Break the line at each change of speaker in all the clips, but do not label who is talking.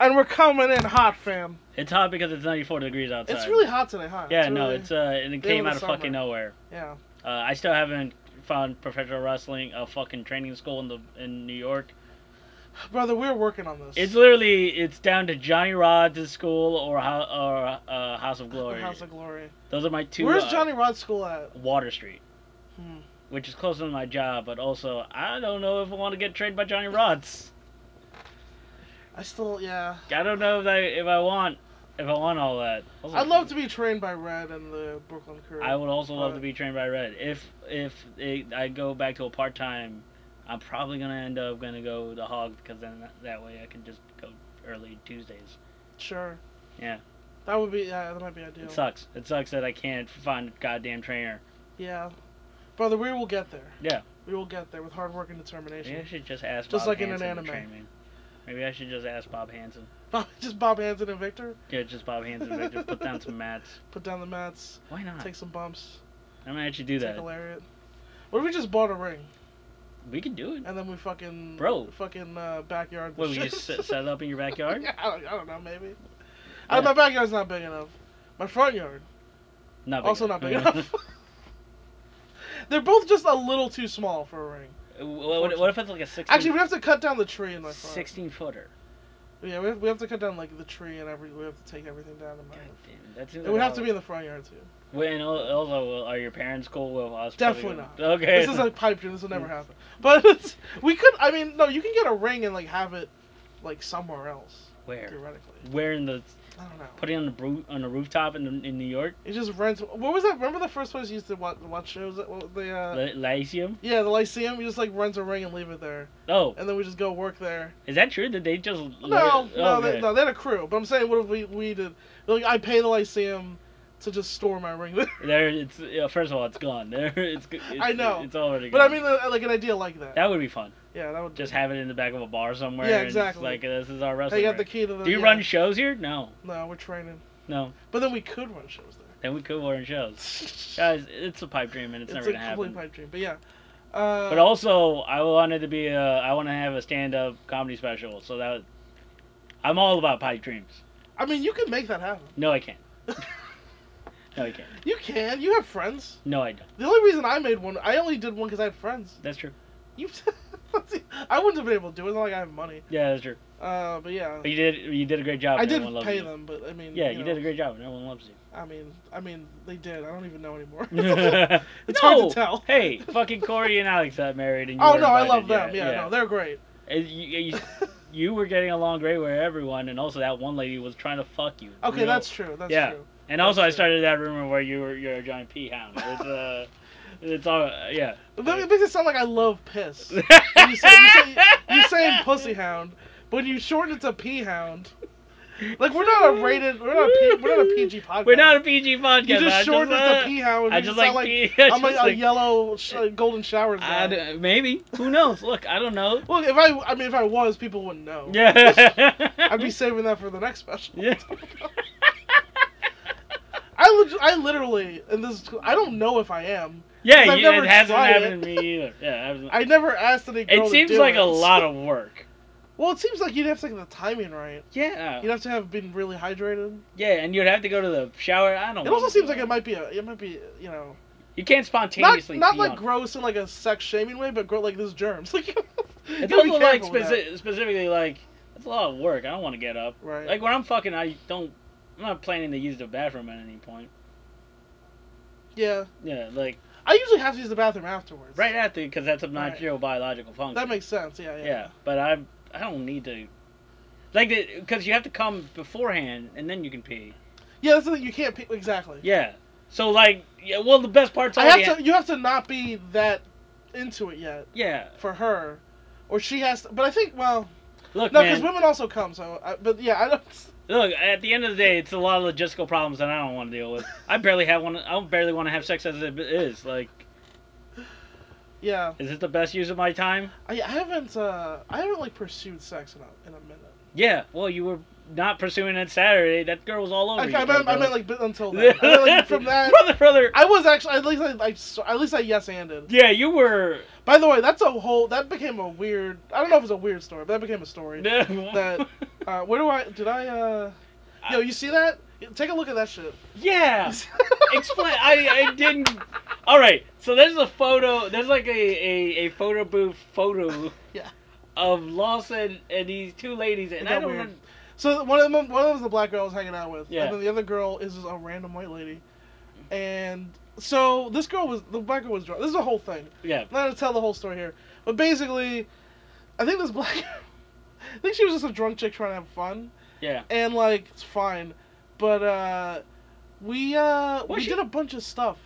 And we're coming in hot, fam.
It's hot because it's 94 degrees outside.
It's really hot today, huh?
Yeah, no,
really-
it's uh, and it came
of
out of
summer.
fucking nowhere.
yeah.
Uh, I still haven't found professional wrestling a fucking training school in the in New York.
Brother, we're working on this.
It's literally it's down to Johnny Rod's school or ho- or uh, House of Glory.
House of Glory.
Those are my two.
Where's
uh,
Johnny Rod's school at?
Water Street,
Hmm.
which is closer to my job, but also I don't know if I want to get trained by Johnny Rod's.
I still, yeah.
I don't know if I if I want if I want all that. Also,
I'd love to be trained by Red and the Brooklyn Crew.
I would also love
but-
to be trained by Red. If if it, I go back to a part time, I'm probably gonna end up gonna go the hog because then that, that way I can just go early Tuesdays.
Sure.
Yeah.
That would be, yeah, that might be ideal.
It sucks. It sucks that I can't find a goddamn trainer.
Yeah. Brother, we will get there.
Yeah.
We will get there with hard work and
Maybe I
determination.
should just ask
Just
Bob
like in an
Hansen to
anime.
train me. Maybe I should just ask Bob Hansen.
Just Bob Hansen and Victor.
Yeah, just Bob Hansen. If I just put down some mats.
Put down the mats.
Why not?
Take some bumps.
I'm gonna actually do
take
that.
a lariat. What if we just bought a ring
We can do it.
and then we fucking
Bro.
fucking uh, backyard? the
What, we
shit?
just set, set it up in your backyard?
yeah, I, don't, I don't know, maybe. I, my backyard's not big enough. My front yard
Not big
also not big enough. They're both just a little too small for a ring.
what, what- what if it's like a 16,
Actually, we have to cut down the tree in my front.
16 footer?
Yeah, we have, we have to cut down like the tree and every. We have to take everything down. In my
God damn, that seems
it would
like
have
a
to be in the front yard too.
lot. Wait, and al- also, well, are your parents cool with us?
Definitely
putting-
not.
Okay. Mm.
This is like pipe dream. This will never happen. But it's, we could. I mean, no, you can get a ring and like have it like somewhere else
where?
theoretically.
Where in the
I don't know.
putting on the bru- on the rooftop in in New York?
It just rents. What was that? Remember the first place you used to watch, watch shows? At, what, the uh,
Ly- Lyceum?
yeah, the Lyceum. You just like rent a ring and leave it there,
Oh,
and then we just go work there.
is that true? Did they just
No,
let-
no,
okay.
they, no, they had a crew. But I'm saying, what if we we did? Like, I pay the Lyceum to just store my ring there.
There, it's yeah, first of all, it's gone. There, it's, g- it's
I know.
it's already.
but I
gone.
mean, uh, like an idea like that.
that would be fun.
yeah, that would
Just have it in the back of a bar somewhere.
Yeah,
and it's
exactly.
like this is our
They
wrestling.
got the
ring.
key to the.
Do you
yeah.
run shows here? No,
No, we're training.
no.
But then we could run shows there.
Then we could run shows.
it's
Guys, it's a pipe dream and it's, never
a
gonna
complete
happen.
pipe dream. But yeah. Uh,
But also, I wanted to be a. I want to have a stand-up comedy special. So that, I'm all about pipe dreams.
I mean, you can make that happen.
No, I can't. no, I can't.
You can. You have friends.
No, I don't.
The only reason I made one, I only did one because I had friends.
That's true.
You, I wouldn't have been able to do it. It's not like I have money.
Yeah, that's true.
Uh, but yeah,
But you did. You did a great job.
I
and
did
everyone loves
pay
you.
them. But I mean,
Yeah, you,
know,
did a great job. and Everyone loves you.
I mean, I mean, they did. I don't even know anymore.
it's
hard to tell.
hey, fucking Corey and Alex got married, and you
oh
were
no, I
invited.
love them. Yeah, no, they're great.
And you, you, you were getting along great with everyone, and also that one lady was trying to fuck you.
okay,
Real-
that's true. That's
Yeah.
true.
And also, I
that's true.
started that rumor where you were you're a giant pea hound. It's, uh, it's all yeah.
But it makes it sound like I love piss. When you say, you say, you're saying pussy hound, but when you shorten it to pee hound. Like we're not a rated, we're not a, P, we're not a PG podcast.
We're not a PG podcast.
You
I
just shortened it
uh,
to pee hound.
I
you
just
sound
like, pea. I
I'm like
just
a
like-
yellow sh- golden showers guy.
I d- maybe who knows? Look, I don't know.
Well, if I, I mean, if I was, people wouldn't know.
Yeah.
I'd be saving that for the next special.
yeah.
I, leg- I literally, and this, is- I don't know if I am. I've
Yeah, you,
never
it hasn't
tried
happened to me either. Yeah, it hasn't-
I never asked any girl
it
to
seems
do
like
it.
a lot of work.
Well, it seems like you'd have to get the timing right.
Yeah.
You'd have to have been really hydrated.
yeah, and you'd have to go to the shower. I don't.
It
wanna
also
do
seems
that.
like it might be a, it might be, you know,
You can't
not
spontaneously.
not
pee
like
on-
gross in like a sex shaming way, but gro- like there's germs. Like, you
It's
gotta be
also like
careful with that.
speci- specifically like it's a lot of work. I don't want to get up.
right.
Like when I'm fucking, I don't. I'm not planning to use the bathroom at any point.
yeah,
Yeah, like
I usually have to use the bathroom afterwards.
right after because that's a
Right.
natural biological function.
That makes sense. Yeah, yeah.
yeah. but I I don't need to. Like, because you have to come beforehand and then you can pee.
Yeah, that's the thing. You can't pee. Exactly.
Yeah. So like, yeah. Well, the best part's
I
already.
have to. You have to not be that into it yet
Yeah.
for her, or she has to. But I think well,
Look,
no,
man.
because women also come. So, I, but yeah, I don't.
Look, at the end of the day, it's a lot of logistical problems that I don't want to deal with. I barely have one. I barely want to have sex as it is. Like,
Yeah,
is this the best use of my time?
I, I haven't. Uh, I haven't like pursued sex in a, in a minute.
Yeah. Well, you were not pursuing it Saturday. That girl was all over
Like,
you.
I, meant, I
brother.
meant like but until then. I meant, like, from that.
brother, brother.
I was actually at least I, I s- at least I yes anded.
Yeah, you were.
By the way, that's a whole that became a weird. I don't know if it's a weird story, but that became a story.
that
Uh, where do I? Did I? uh... Yo, you see that? Take a look at that shit.
Yeah. Explain. I, I didn't. All right. So there's a photo. There's like a, a, a photo booth photo.
Yeah.
Of Lawson and these two ladies, and
It
I
got
don't.
weird.
remem-
So one of them, one of them's the black girl I was hanging out with,
Yeah.
and then the other girl is just a random white lady, and so this girl was the black girl was drunk. This is a whole thing.
Yeah.
I'm not gonna tell the whole story here, but basically, I think this black, I think she was just a drunk chick trying to have fun,
Yeah.
and like it's fine, but uh, we uh
Was
we
she-
did a bunch of stuff,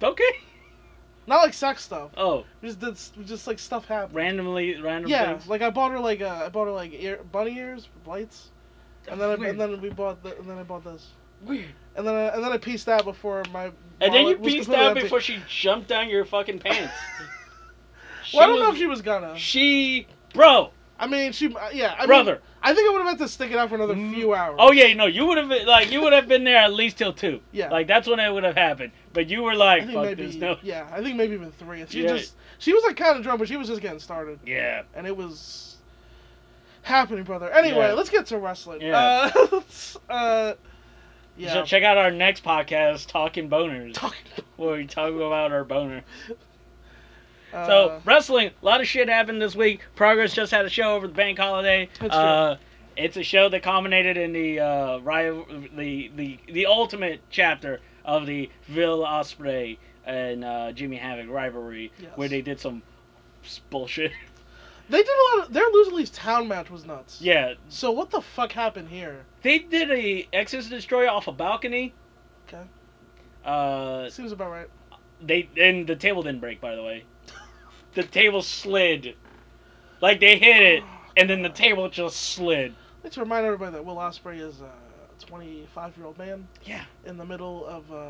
Okay.
not like sex stuff.
Oh,
We just did s- we just like stuff happened.
randomly, random
Yeah,
things.
like I bought her like uh, I bought her like ear bunny ears, lights, and then I,
Weird.
and then we bought the, and then I bought this.
Weird.
And then I, and then I pieced out before my.
And then you
wallet was
pieced
completely
out
empty.
before she jumped down your fucking pants. She
Well, I don't know
was-
if she was gonna.
She, bro,
I mean, she. Yeah, I mean,
brother.
I think I would have meant to stick it out for another
Mm.
few hours.
Oh yeah, no, you would have been like you would have been there at least till two.
Yeah.
Like that's when it would have happened. But you were
I
like,
think
fuck
maybe.
this, no.
Yeah, I think maybe even three. She
Yeah.
just. She was like kind of drunk, but she was just getting started,
Yeah.
and it was happening, brother. Anyway,
Yeah.
let's get to wrestling.
Yeah.
Uh, let's, uh, yeah.
So check out our next podcast, Talking Boners,
Talking.
where we talk about our boner.
Uh,
so wrestling, a lot of shit happened this week. Progress just had a show over the bank holiday.
That's
uh, It's a show that culminated in the uh, rival, the the the ultimate chapter of the Will Osprey and uh, Jimmy Havoc rivalry,
Yes.
where they did some s- bullshit.
they did a lot of their loser leaves town match was nuts.
yeah,
So what the fuck happened here?
They did a Exodus Destroyer off a balcony.
Okay.
Uh,
Seems about right.
they and the table didn't break, by the way. The table slid, like they hit it, and then the table just slid.
I'd like to remind everybody that Will Osprey is a 25 year old man
Yeah.
in the middle of uh,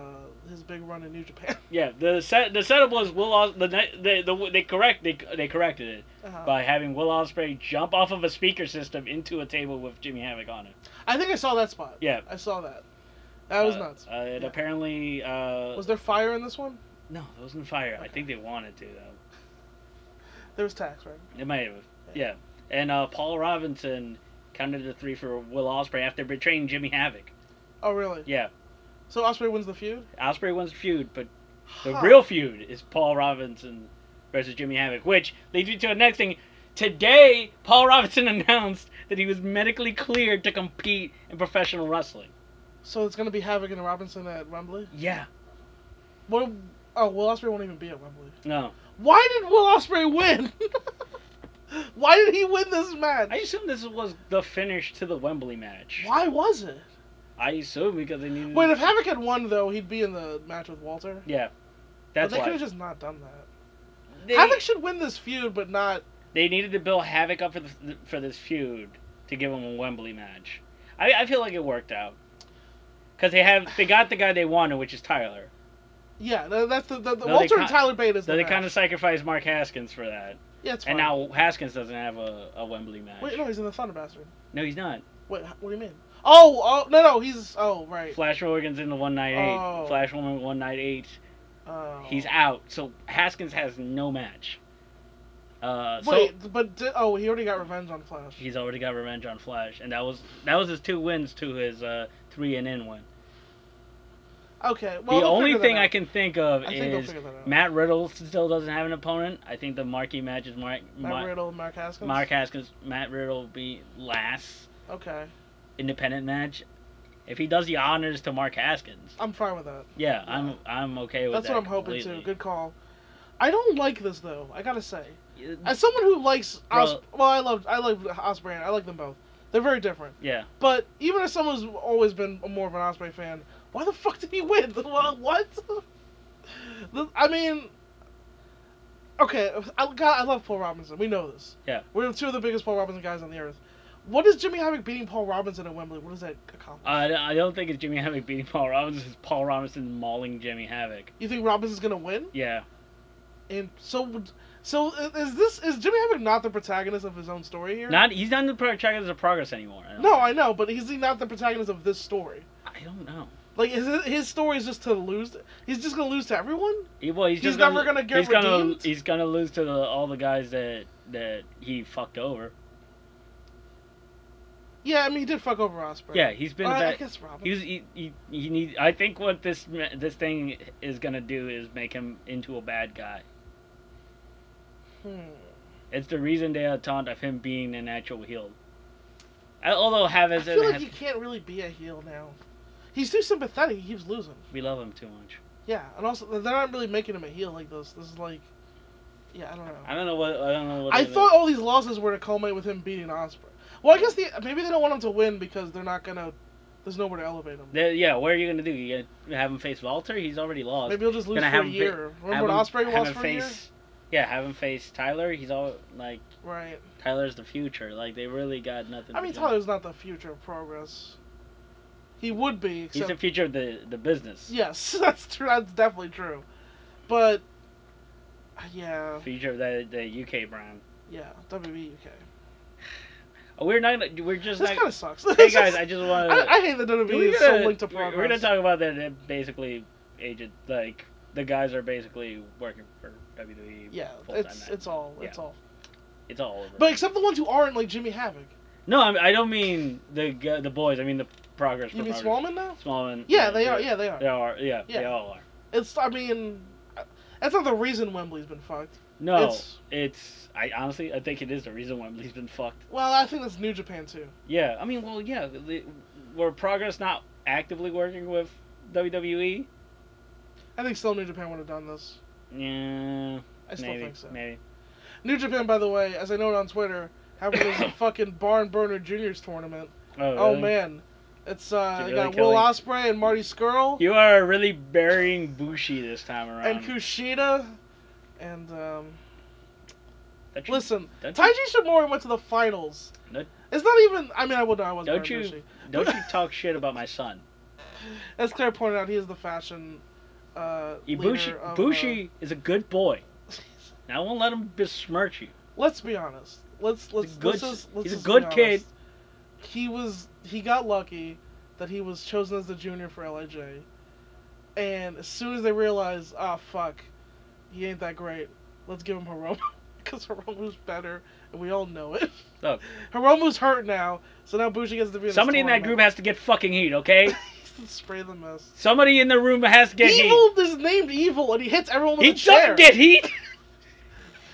his big run in New Japan.
Yeah. The set the setup was Will Os- the, ni- the the they correct they they corrected it
Uh,
by having Will Osprey jump off of a speaker system into a table with Jimmy Havoc on it.
I think I saw that spot.
Yeah.
I saw that. That was
Uh,
nuts.
Uh, and
Yeah.
apparently, uh,
Was there fire in this one?
no, it wasn't fire. I
Okay.
think they wanted to though.
There was tax, right?
It might have. Yeah. And uh, Paul Robinson counted the three for Will Osprey after betraying Jimmy Havoc.
Oh, really?
Yeah.
So Osprey wins the feud?
Osprey wins the feud, but the
Huh.
real feud is Paul Robinson versus Jimmy Havoc, which leads me to the next thing. Today, Paul Robinson announced that he was medically cleared to compete in professional wrestling.
So it's going to be Havoc and Robinson at Wembley?
Yeah.
What? Oh, Will Osprey won't even be at Wembley.
No.
Why did Will Osprey win? Why did he win this match?
I assume this was the finish to the Wembley match.
Why was it?
I assume because they needed.
Wait, if Havoc had won, though, he'd be in the match with Walter.
Yeah.
But
That's
they could
why.
have just not done that.
They-
Havoc should win this feud, but not.
they needed to build Havoc up for the, for this feud to give him a Wembley match. I, I feel like it worked out because they have they got the guy they wanted, which is Tyler.
Yeah, tha- that's the, the, the
No, they
Walter and
kin-
Tyler Bate is
So
the
they
match.
kind of sacrificed Mark Haskins for that,
yeah, it's fine.
and now Haskins doesn't have a, a Wembley match.
wait, no, he's in the Thunder Bastard.
No, he's not.
Wait, h- what do you mean? Oh, oh, no, no, he's oh right.
Flash Morgan's in the one night eight.
Oh.
Flash Morgan one night eight.
Oh.
He's out, so Haskins has no match. Uh, so
Wait, but di- oh, he already got revenge on Flash.
he's already got revenge on Flash, and that was that was his two wins to his uh, three and in win.
Okay, well
the
they'll
only
figure that
thing
out.
I can think of
I think they'll
is
figure that out.
Matt Riddle still doesn't have an opponent. I think the marquee match is Mark
Matt
Mark,
Riddle, Mark Haskins.
Mark Haskins. Matt Riddle be last
Okay,
independent match. If he does the honors to Mark Haskins,
I'm fine with that.
yeah, I'm I'm okay with
That's
that.
what I'm hoping to.
completely.
Good call. I don't like this though. I gotta say,
Uh,
as someone who likes Os-
Well-
well, I love I love Osprey. and I like them both. They're very different.
Yeah,
But even as someone who's always been more of an Osprey fan, why the fuck did he win? Wha- What? The- I mean, okay, I, God, I love Paul Robinson. We know this.
Yeah.
We're two of the biggest Paul Robinson guys on the earth. What is Jimmy Havoc beating Paul Robinson at Wembley? What does that accomplish?
I, I don't think it's Jimmy Havoc beating Paul Robinson. It's Paul Robinson mauling Jimmy Havoc.
you think Robinson's gonna win?
Yeah,
And so, would- so i- is this is Jimmy Havoc not the protagonist of his own story here?
not he's not in the protagonist of progress anymore. I don't
No,
think.
I know, but is he not the protagonist of this story?
I don't know.
Like, his, his story is just to lose. He's just gonna lose to everyone.
He, well, he's,
He's
just
never gonna get
he's gonna,
redeemed?
He's gonna lose to the, all the guys that that he fucked over.
Yeah, I mean he did fuck over Osprey.
Yeah, he's been.
Well, I, I
back.
guess Robin.
He was. He, he, he need. I think what this ma- this thing is gonna do is make him into a bad guy.
hmm.
It's the reason they are taunt of him being an actual heel. I, although
I
Havas
feel
and
like he can't really be a heel now. He's too sympathetic. He keeps losing.
we love him too much.
Yeah, and also they're not really making him a heel like this. This is like, yeah, I don't know.
I don't know what. I don't know what.
I
it is.
thought all these losses were to culminate with him beating Osprey. Well, I guess the, maybe they don't want him to win because they're not gonna. There's nowhere to elevate him.
They- yeah, what are you gonna do? You gonna have him face Walter? He's already lost.
Maybe he'll just lose
gonna
for
have
a
him fa-
year.
have
Remember when
him-
Osprey
have
lost
him
for a year?
face, Yeah, have him face Tyler. He's all like
Right.
Tyler's the future. Like they really got nothing.
I
to
mean,
do.
Tyler's not the future of progress. He would be,
He's
except
the future of the the business.
yes, that's true. That's definitely true. But uh, yeah,
Future of the the UK brand. Oh,
yeah, WWE UK.
We're not gonna. We're just
this
not.
kind of sucks.
Hey guys, I just want.
I, I hate that WWE
we're
is
gonna,
so linked to
we're-
progress.
We're gonna talk about that. that basically, agent like the guys are basically working for WWE.
yeah,
full-time
it's
now.
it's all it's
Yeah.
all.
it's all over.
But except the ones who aren't like Jimmy Havoc.
no, I, mean, I don't mean the gu- the boys. I mean the progress.
You mean
small?
Smallman now?
Smallman.
Yeah, they are. Yeah, they are.
They are. Yeah, they
Yeah.
all are.
It's. I mean, uh, that's not the reason Wembley's been fucked.
No, it's,
It's-
I honestly I think it is the reason Wembley's been fucked.
Well, I think that's New Japan too.
Yeah, I mean, well, yeah, the, were progress not actively working with E? WWE?
I think still New Japan would have done this.
Yeah,
I still
maybe,
think so.
maybe.
New Japan, by the way, as I know on Twitter, having this fucking Barn Burner Juniors tournament.
Oh,
Oh
really?
man, it's uh
Did
you
Eli
got Will
Kelly-
Osprey and Marty Skrull
You are really burying Bushi this time around.
and Kushida, and um,
Don't you-
listen,
don't you,
Taiji Shimori went to the finals.
Don't-
It's not even. I mean, I would know. I was
Don't
Baron
you-
Bushi.
don't you talk shit about my son.
As Claire pointed out, he is the fashion. Uh,
Ibushi
leader of, uh,
Bushi is a good boy. And I won't let him besmirch you.
let's be honest. Let's let's
He's a good,
let's just, let's
he's a
just
good
be
kid.
honest. He was he got lucky that he was chosen as the junior for Lij, and as soon as they realized, ah fuck, he ain't that great. Let's give him Hiromu because Hiromu's better, and we all know it.
Look.
Hiromu's hurt now, so now Bushi gets to be. In
Oh. Somebody in that group has to get fucking heat, okay?
has spray the mess.
Somebody in the room has to get
evil is named evil, and he hits everyone with
heat.
a
He
chair.
doesn't get heat.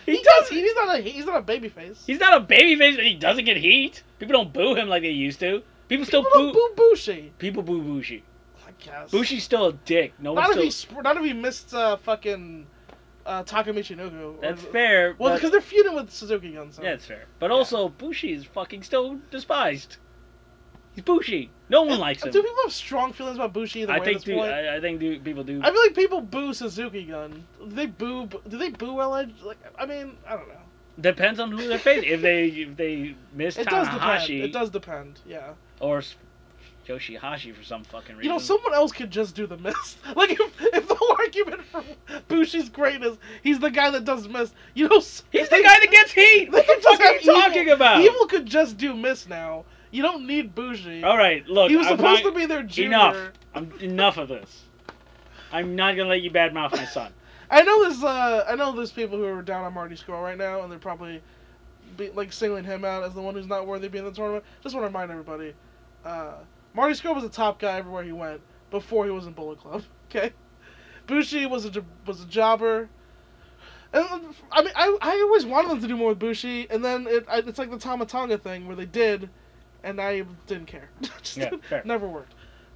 he,
He
does.
doesn't.
He's not a he's not a baby face.
He's not a babyface, but he doesn't get heat. People don't boo him like they used to. People still
People don't
boo.
boo Bushi.
People boo Bushi.
I guess.
Bushi's still a dick. No
Not
one's
if,
still.
he, sp- not if he missed uh, fucking uh, Takamichi Nogu. or-
That's fair.
Well,
but-
because they're feuding with Suzuki Gun. So.
Yeah, that's fair. But
Yeah.
also, Bushi is fucking still despised. He's Bushi. No one likes him.
Do people have strong feelings about Bushi either
I
way
think
at this
dude,
point?
I, I think dude, people do.
I feel like people boo Suzuki Gun. Do they boo? Do they boo LA? Like, I mean, I don't know.
Depends on who they're facing. if they if they miss
It does depend.
Tanahashi
It does depend. Yeah.
or S- Yoshihashi for some fucking reason.
You know, someone else could just do the mist. Like, if, if the whole argument for Bushi's greatness, he's the guy that does mist. You know, s-
he's the
they-
guy that gets heat.
they
What the
could
fuck
just
are
have
you talking
evil-
about?
Evil could just do mist now. You don't need Bushi.
All right, look.
he was
I'm
supposed
not-
to be their junior.
Enough. I'm enough of this. I'm not gonna let you badmouth my son.
I know there's uh, I know there's people who are down on Marty Scroll right now, and they're probably be, like singling him out as the one who's not worthy of being in the tournament. Just want to remind everybody, uh, Marty Scroll was a top guy everywhere he went before he was in Bullet Club. Okay, Bushi was a jo- was a jobber. And uh, I mean, I, I always wanted them to do more with Bushi, and then it I, it's like the Tamatanga thing where they did, and I didn't care. Just
Yeah, fair.
never worked.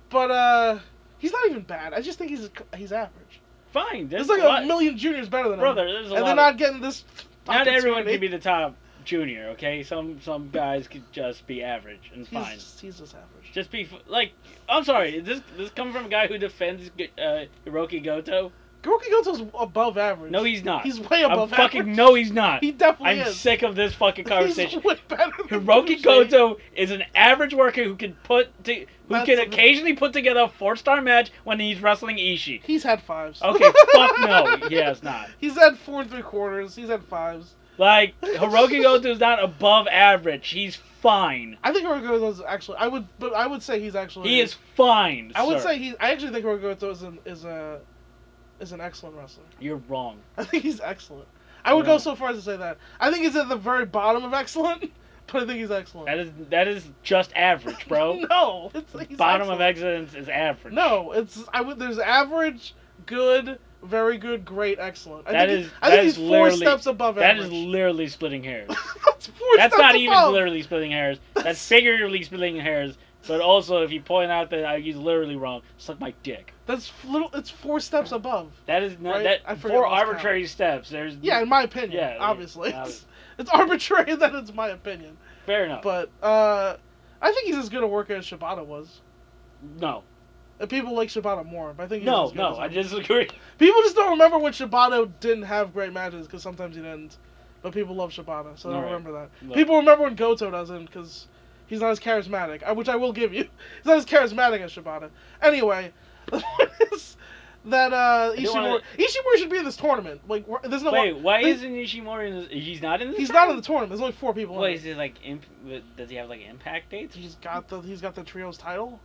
But uh, he's not even bad. I just think he's he's average.
Fine. There's,
There's like
a, lot.
a million juniors better than
brother.
him.
There's a
And
lot.
they're
of-
not getting this.
not everyone
opportunity.
can be the top junior, okay? Some some guys could just be average and
He's,
fine.
just- he's just average.
Just be f- like, I'm sorry. Is this this coming from a guy who defends uh, Hiroki Goto?
Hiroki Goto's above average.
No, he's not.
He's way
I'm
above
fucking
average.
no, he's not.
He definitely
I'm
is.
sick of this fucking conversation.
He's way better than
Hiroki
Bushi.
Goto is an average worker who can put to, who
That's
can
a-
occasionally put together a four star match when he's wrestling Ishii.
He's had fives.
Okay, fuck no. He has not.
He's had four and three quarters. He's had fives.
Like Hiroki Goto is not above average. He's fine.
I think Hiroki Goto's actually. I would, but I would say he's actually.
He is fine.
I would
sir.
say he's. I actually think Hiroki Goto is an is a is an excellent wrestler.
you're wrong.
I think he's excellent. I would
Yeah.
go so far as to say that. I think he's at the very bottom of excellent, but I think he's excellent.
That is that is just average, bro.
no, it's he's excellent.
Bottom of excellence is average.
No, it's I would. There's average, good, very good, great, excellent. I
That
think,
is-
I
that
think
is
he's four
literally-
steps above
that is
average.
literally splitting hairs.
that's four
That's
steps
not even
above.
literally splitting hairs. That's figuratively splitting hairs. But also, if you point out that I use literally wrong, suck my dick.
That's f- little. It's four steps above.
That is not
Right? I
that
forget
four
what's count.
arbitrary steps. There's
Yeah, in my opinion.
Yeah,
obviously,
yeah,
it's, it's arbitrary that it's my opinion.
fair enough.
But uh, I think he's as good a worker as Shibata was.
no,
And people like Shibata more, but I think he's
no,
as good
no.
as
I
him.
disagree.
People just don't remember when Shibata didn't have great matches because sometimes he didn't. But people love Shibata, so they
Alright.
remember that.
Look.
People remember when Goto doesn't because he's not as charismatic, I- which I will give you. He's not as charismatic as Shibata. Anyway, the point is that uh,
I do
Ishimori,
wanna-
Ishimori should be in this tournament. Like, wh- there's no
Wait, why
they-
isn't Ishimori in this? He's not in this.
he's not in the tournament. There's only four people.
Wait,
in
is
it.
he like? Imp- does he have like impact dates?
He's got the he's got the trios title.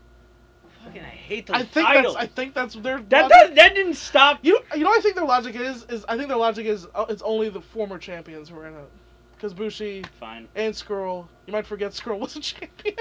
Fucking, I hate those
I think
titles.
that's I think that's their
that,
logic-
that that didn't stop.
You you know what I think their logic is is I think their logic is uh, it's only the former champions who are in it. Because Bushi
Fine.
and Skrull, you might forget Skrull was a champion.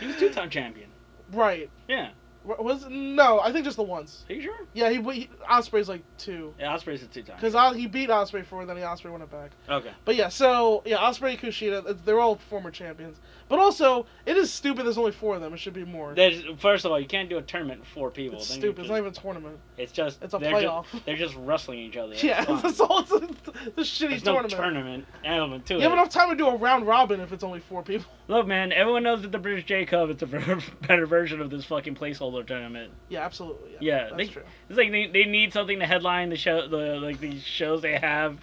He was two-time champion.
Right.
Yeah.
Wa- Was no, I think just the once.
Are you sure?
Yeah, he, he Osprey's like two.
Yeah, Osprey's a two-time.
Cause O- he beat Osprey for, it, then he Osprey won it back.
Okay.
But yeah, so yeah, Osprey, Kushida, it's- they're all former champions. But also, it is stupid. There's only four of them. It should be more.
There's, first of all, you can't do a tournament with four people.
it's
Then you
stupid. It's
just-
not even a tournament.
It's just
It's a
they're
playoff.
Just, they're just wrestling each other.
yeah,
It's
that's
fun.
all. It's, it's a shitty
There's
tournament.
no tournament element to
you
it.
have enough time to do a round robin if it's only four people.
Look, man, everyone knows that the British J Cup is a ver- better version of this fucking placeholder tournament.
Yeah, absolutely. Yeah,
Yeah,
that's
they-
true.
It's like they, they need something to headline the show, the like the shows they have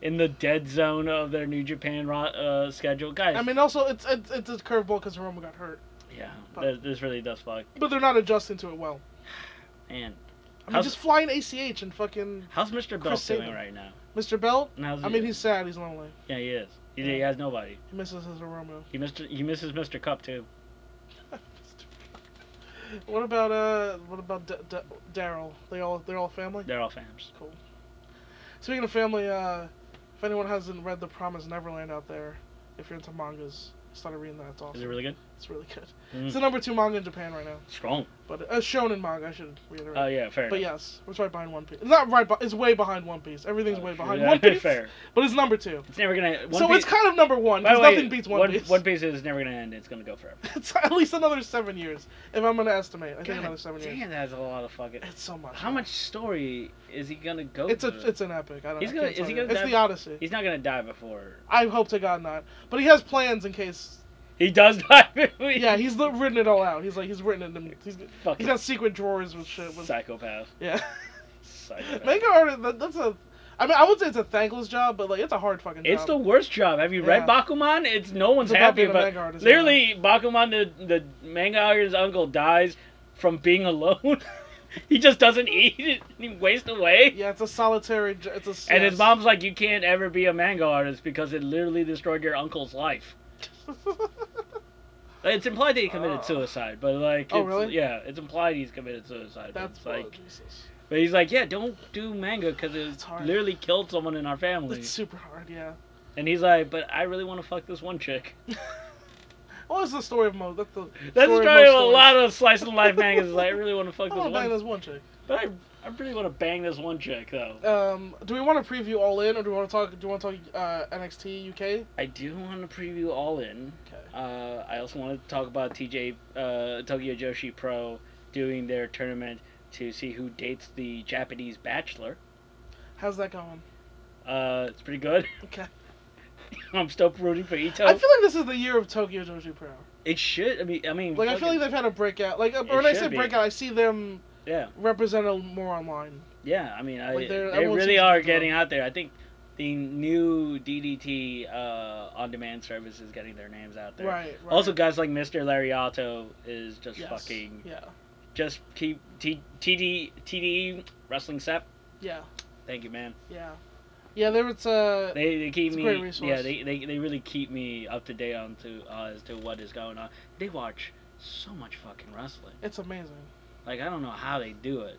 in the dead zone of their New Japan ro- uh, schedule. Guys,
I mean, also it's it's, it's a curveball because Hiromu got hurt,
yeah, th- this really does fuck.
but they're not adjusting to it well.
Man,
I mean,
How's-
just flying ACH and fucking
how's Mr. Bell
Chris
doing
Sabin.
right now?
Mr. Belt.
And how's
I
he-
mean, he's sad. He's lonely.
yeah, he is. He, he has nobody.
He misses his Hiromu.
He missed. He misses Mr. Cup too.
What about uh? What about D- D- Daryl? They all they're all family.
They're all fans.
Cool. Speaking of family, uh, if anyone hasn't read The Promised Neverland out there, if you're into mangas, started reading that. It's
Is
awesome.
it really good?
It's really good. It's the
Mm.
number two manga in Japan right now,
Strong.
but a shonen manga. I should reiterate.
Oh yeah, fair.
But
enough.
yes, it's right behind One Piece. It's not right, but it's way behind One Piece. Everything's
Oh,
way
sure,
behind
yeah,
One Piece.
fair.
But it's number two,
It's never gonna. One
so
Piece-
it's kind of number one
By the
because
way,
nothing beats One, Piece.
One Piece is never gonna end. It's gonna go forever.
it's at least another seven years, if I'm gonna estimate. I think
God
another seven
damn,
years.
that's a lot of fucking.
It's so much.
How much story is he gonna go?
It's a
through?
it's an epic. I don't.
He's
I
gonna-
can't
is
tell
he
you.
gonna
It's
dab-
the Odyssey.
He's not gonna die before.
I hope to God not, but he has plans in case.
He does die. before he-
Yeah, he's li- written it all out. He's like he's written it. In, he's
fucking
he's got secret drawers with shit. With,
psychopath.
yeah,
Psychopath.
manga art. that- That's a. I mean, I would say it's a thankless job, but like it's a hard fucking.
It's the
job.
worst job. Have you read
Yeah.
Bakuman? It's no one's
It's about
happy
being a
about.
manga artist,
Literally, Bakuman, the the manga artist's uncle, dies from being alone. he just doesn't eat. It. He wastes away.
Yeah, it's a solitary. j- It's a.
And
yes.
his mom's like, you can't ever be a manga artist because it literally destroyed your uncle's life. It's implied that he committed
Oh.
suicide, but like,
Oh,
it's,
really?
yeah, it's implied he's committed suicide. but
That's
it's like,
like Jesus.
but he's like, yeah, don't do manga because it
It's hard.
literally killed someone in our family.
It's super hard, yeah.
And he's like, but I really want to fuck this one chick.
Well, it's the story of most. That's the
That's
story
the story of a
most
lot of slice of life mangas. Is like, I really want to fuck
I
this
want to bang
one,
this Oh, one chick.
but I, I really want to bang this one chick though.
Um, do we want to preview All In, or do we want to talk? Do you want to talk uh, NXT UK?
I do want to preview All In.
Okay.
Uh, I also want to talk about TJ uh, Tokyo Joshi Pro doing their tournament to see who dates the Japanese Bachelor.
How's that going?
Uh, it's pretty good.
Okay.
I'm still rooting for Ito.
I feel like this is the year of Tokyo Joshi Pro.
It should. I mean, I mean.
Like I feel like
fucking-
they've had a breakout. Like uh,
It
when I
should
say
be.
breakout, I see them
Yeah,
represented more online.
yeah. I mean, I,
Like, they're-
they
everyone
really
seems to
are
be doing
getting out there. I think the new DDT uh, on-demand service is getting their names out there.
Right, right.
Also, guys like Mr. Lariato is just
Yes,
fucking
Yeah.
just keep T, TD TDE wrestling sep.
Yeah.
Thank you, man.
Yeah. Yeah. There was uh.
They, they keep
It's a
me
great resource.
yeah they, they, they really keep me up to date on to uh, as to what is going on. They watch so much fucking wrestling.
It's amazing.
Like I don't know how they do it.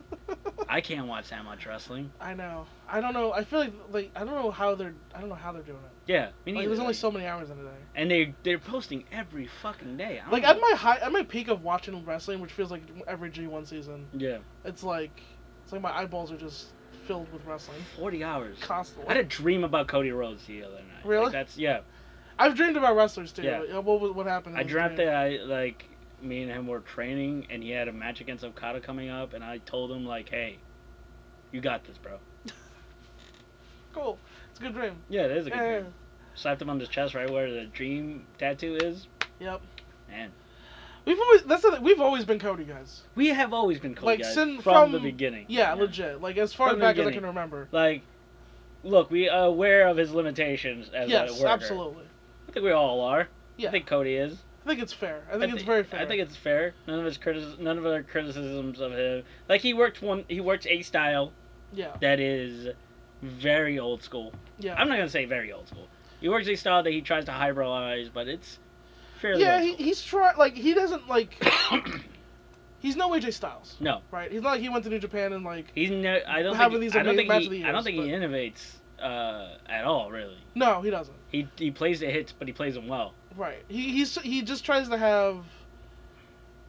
I can't watch that much wrestling.
I know. I don't know. I feel like like I don't know how they're I don't know how they're doing it.
Yeah,
Like,
me neither.
there's only
like-
so many hours in a day.
and they they're posting every fucking day. I don't
Like
know.
at my high at my peak of watching wrestling, which feels like every G1 season,
yeah,
it's like it's like my eyeballs are just filled with wrestling
forty hours. I
constantly.
had a dream about Cody Rhodes the other night. Like,
Really?
that's yeah.
I've dreamed about wrestlers too.
Yeah.
Yeah, What was- what happened?
I
in the
dreamt
dream?
that I like me and him were training, and he had a match against Okada coming up, and I told him like, "Hey, you got this, bro."
Cool. It's a good dream.
Yeah, it is a good
Yeah.
dream. Slapped him on his chest right where the dream tattoo is.
Yep.
Man,
We've always that's the, thing, we've always been Cody guys.
we have always been Cody
Like,
guys
sin-
from, the
from-
beginning.
Yeah, legit. Like as far
From the
back as I
beginning.
can remember.
Like, look, we are aware of his limitations as a
yes,
worker.
absolutely.
I think we all are.
Yeah,
I think Cody is.
it's fair. I think
thi-
it's very fair.
I think it's fair. None of his criticism, none of our criticisms of him. Like he worked one, he worked a style
yeah,
that is very old school.
yeah.
I'm not gonna say very old school. He works a style that he tries to highbrowize, but it's fairly
yeah,
old
he,
school.
he's trying. Like he doesn't like. he's no AJ Styles.
No.
Right. He's not like he went to New Japan and like.
He's no, I don't
Having
think.
these
I don't
amazing
think
match
he.
of the
I
years,
don't think he innovates uh, at all. Really.
No, he doesn't.
He he plays the hits, but he plays them well.
Right. He he's he just tries to have.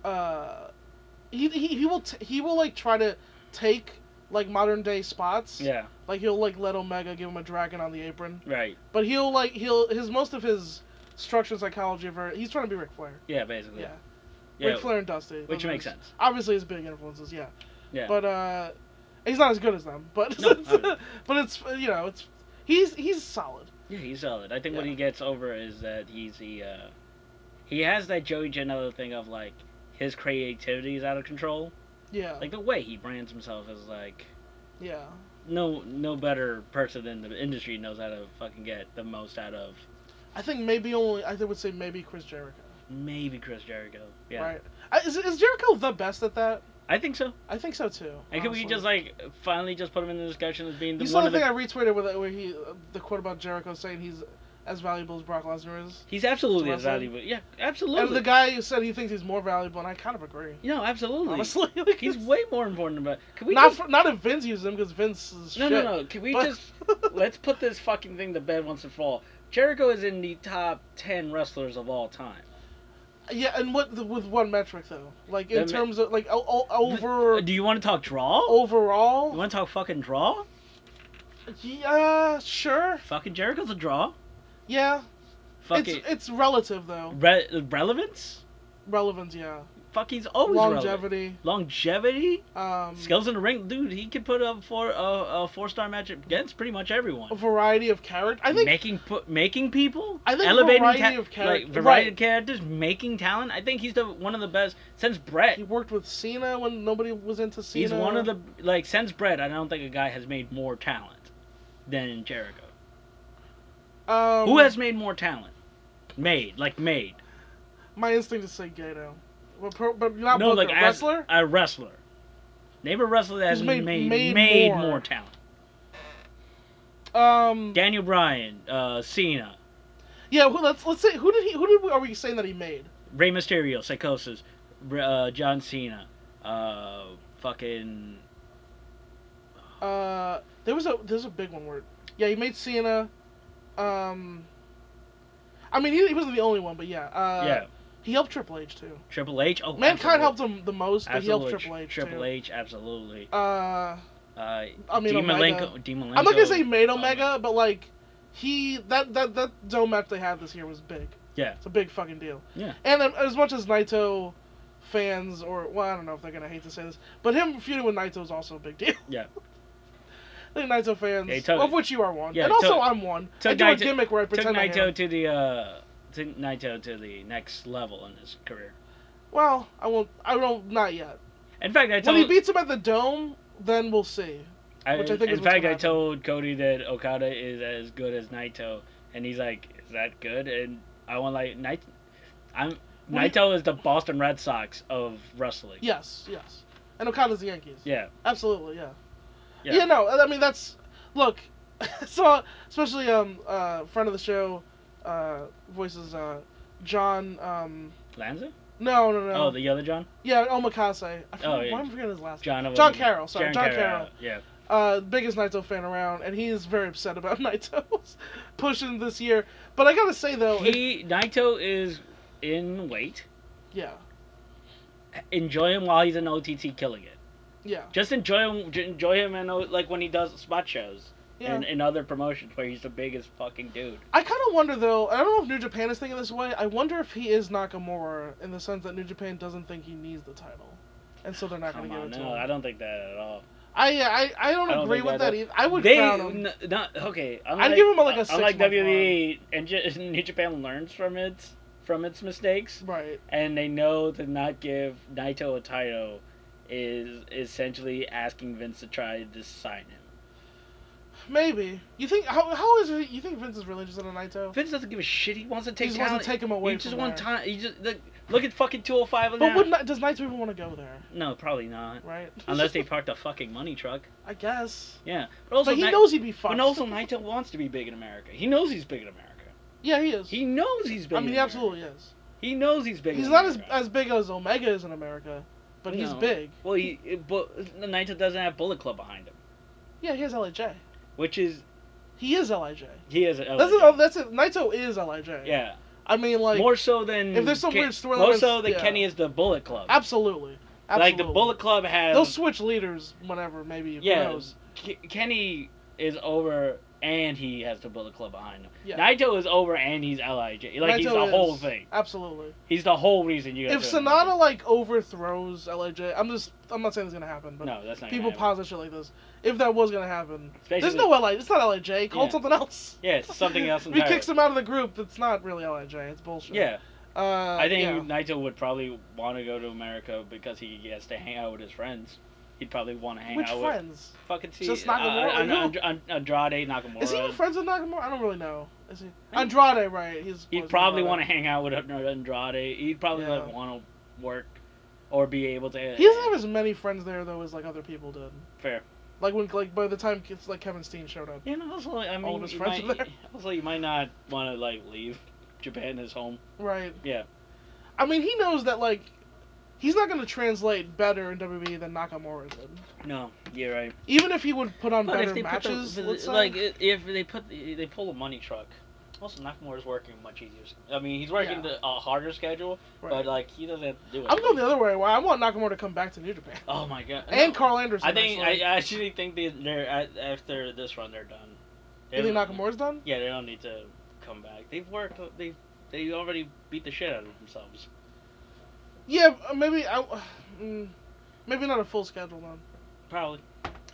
Uh, he he, he will t- he will like try to take like modern day spots.
Yeah.
Like he'll like let Omega give him a dragon on the apron,
Right.
but he'll like he'll his most of his structure and psychology of her. He's trying to be Ric Flair.
Yeah. Basically.
Yeah.
Yeah.
Ric Flair and Dusty.
Which
Those are
makes
his-
sense.
Obviously, his big influences. Yeah.
Yeah.
But uh, he's not as good as them. But
No, obviously.
but it's you know it's he's he's solid.
Yeah, he's solid. I think what
Yeah.
he gets over is that he's the uh, he has that Joey Janela thing of like his creativity is out of control.
Yeah.
Like the way he brands himself is like
yeah.
no no better person in the industry knows how to fucking get the most out of
I think maybe only I think would say maybe Chris Jericho.
maybe Chris Jericho. Yeah,
Right. I, is, is Jericho the best at that?
I think so.
I think so too.
And could
honestly.
we just like finally just put him in the discussion as being the
You saw
one
the
of the
thing I retweeted where, where he uh, the quote about Jericho saying he's as valuable as Brock Lesnar is,
he's absolutely as
Russell?
valuable. Yeah,
and
absolutely.
the guy who said he thinks he's more valuable, and I kind of agree.
no, absolutely.
Honestly, like,
he's
it's-
way more important. But can we
not
just
for, not if Vince uses him because Vince is
No,
shit.
no, no. Can we
But-
just let's put this fucking thing to bed once and for all? Jericho is in the top ten wrestlers of all time.
Yeah, and what the, with one metric though, like in
That ma-
terms of like o- o- over
Do you want to talk draw?
Oh.
You
overall,
want to talk fucking draw?
yeah, sure,
Fucking Jericho's a draw.
yeah.
Fuck
it's
it.
it's relative though.
Re- relevance?
Relevance, yeah.
Fuck, he's always relevant.
Longevity,
Longevity.
um,
Skills in the ring, dude. He could put up for a, a four-star match against pretty much everyone.
a variety of character. I think
making pu- making people,
I think
elevating
variety
ta-
of character-
like variety
right.
of characters, making talent. I think he's the one of the best since Brett.
he uh, worked with Cena when nobody was into Cena.
He's one of the like since Brett. I don't think a guy has made more talent than Jericho.
um,
Who has made more talent? Made like made.
My instinct is to say Gato, but, pro, but not
no,
Booker.
like as-
wrestler.
a wrestler. Name a wrestler that
Who's
has made
made-
made,
made
more.
more.
talent.
um,
Daniel Bryan, uh, Cena,
yeah. Who, let's let's say who did he? Who did we, are we saying that he made?
Rey Mysterio, Psychosis, Br- uh, John Cena, uh, fucking
Uh, there was a there's a big one where yeah he made Cena. Um, I mean he, he wasn't the only one, but yeah. Uh,
yeah,
He helped Triple H too.
Triple H. Oh,
Mankind
absolutely.
helped him the most, but
Absolutely.
he helped Triple H.
Triple
too.
H, absolutely.
Uh,
Uh,
I mean,
Dean
Omega.
Malenko, Dean Malenko.
I'm not gonna say he made
um,
Omega, but like he that that that dome match they had this year was big.
Yeah.
it's a big fucking deal.
Yeah.
and um, as much as Naito fans or well, I don't know if they're gonna hate to say this, but him feuding with Naito is also a big deal.
Yeah.
I think Naito fans,
Yeah, he took-
of which you are one,
yeah,
and
he
also
took-
I'm one.
took
I do
Naito-
a gimmick where I
took
pretend I
Naito
am.
to the uh, took Naito to the next level in his career.
Well, I won't. I don't. Not yet.
In fact, I
When
told
he beats him at the dome, then we'll see.
I,
which I think
in
is what's
fact
gonna
I
happen.
told Cody that Okada is as good as Naito, and he's like, "Is that good?" And I want like Naito. I'm
Well, he-
Naito is the Boston Red Sox of wrestling.
Yes, yes. And Okada's the Yankees.
Yeah.
Absolutely, yeah.
Yeah.
Yeah, no, I mean that's look. so especially um uh friend of the show, uh voices uh John um
Lanza.
No, no, no.
Oh, the other John?
yeah, Omakase. I forget,
Oh, yeah.
Why am I forgetting his last name?
John. of-
John Carroll, sorry, John
Yeah.
Uh, biggest Naito fan around, and he is very upset about Naito's pushing this year. But I gotta say though, it-
He Naito is in weight.
yeah,
Enjoy him while he's in OTT killing it.
yeah,
Just enjoy him. j- Enjoy him and like when he does spot shows
yeah.
and, and other promotions where he's the biggest fucking dude.
I kind of wonder though. I don't know if New Japan is thinking this way. I wonder if he is Nakamura in the sense that New Japan doesn't think he needs the title, and so they're not gonna
Come
give it
on,
to
no, I
him.
don't think that at all.
I I, I don't
I don't
agree
think
with
that-
that either. I would
they
crown him.
n- not okay. i
give him, like, a
unlike
six-month
WWE and just, New Japan learns from its from its mistakes,
Right.
and they know to not give Naito a title is essentially asking Vince to try to sign him.
Maybe. You think how how is it? You think Vince is really interested in Naito?
Vince doesn't give a shit. He wants to
He
take
just
talent.
wants to take him away.
you just
from
want
there.
time. You just look, look at fucking 205
But
now.
would not, does Naito even want to go there?
No, probably not.
Right.
Unless they parked a fucking money truck.
I guess.
Yeah. But also,
but he
Ni-
knows he'd be fucked.
but also Naito wants to be big in America. He knows he's big in America.
yeah, he is.
He knows he's big.
I mean,
in
he
America.
absolutely is.
He knows he's big.
He's
in
not as
America.
as big as Omega is in America, but he's
No.
big.
Well, he but Naito doesn't have Bullet Club behind him,
Yeah, he has Lij.
which is
He is Lij.
he has. A,
That's it. oh, That's it. Naito is Lij.
yeah,
I mean, like
more so than
if there's some
Ke-
weird storyline
More
that's-
so than
yeah.
Kenny is the Bullet Club.
absolutely. absolutely.
Like the Bullet Club has.
They'll switch leaders whenever, maybe. Who
yeah,
knows?
Ke- Kenny is over and he has the Bullet Club behind him.
Yeah.
Naito is over and he's Lij. Like he's
Naito
the
is-
whole thing.
Absolutely.
He's the whole reason you.
If
guys are-
Sonata like overthrows Lij, I'm just I'm not saying it's gonna happen, but
No, that's not.
people
gonna happen.
posit shit like this. If that was gonna happen,
It's
there's
basically-
no Lij. It's not Lij. Call
Yeah.
it something else.
Yeah, it's something else
If he
entirely.
kicks him out of the group, it's not really Lij. It's bullshit.
Yeah,
Uh,
I think
yeah.
Naito would probably want to go to America because he has to hang out with his friends. He'd probably want to hang
Which
out with
friends?
fucking see
Just
uh,
Nakamura, like
And-
who?
And- And- Andrade Nakamura.
Is he even friends with Nakamura? I don't really know. Is he?
I think-
Andrade, right? He's.
He'd probably want to hang out with Andrade. He'd probably
Yeah.
like want to work or be able to.
He doesn't have as many friends there though as like other people did.
fair.
Like when like by the time it's like Kevin Steen showed up.
You know, also I mean,
All of his
you
friends
might,
are there.
also you might not want to like leave Japan as home.
Right.
Yeah.
I mean, he knows that like he's not gonna translate better in WWE than Nakamura did.
No, you're right.
Even if he would put on
But
better
if they
matches,
put the,
let's say.
like i- if they put the, they pull a money truck. Also, Nakamura's working much easier. I mean, he's working
Yeah.
the, a harder schedule,
Right.
but uh, like he doesn't have to do it.
I'm going the other way. Why I want Nakamura to come back to New Japan
Oh my god!
and
No.
Carl Anderson.
I think I, I
actually.
actually think they, they're at, after this run they're done.
you think
don't-
Nakamura's done?
Yeah, they don't need to come back. They've worked. They they already beat the shit out of themselves.
Yeah, uh, maybe I. mm, Maybe not a full schedule then.
Mm-hmm. Probably.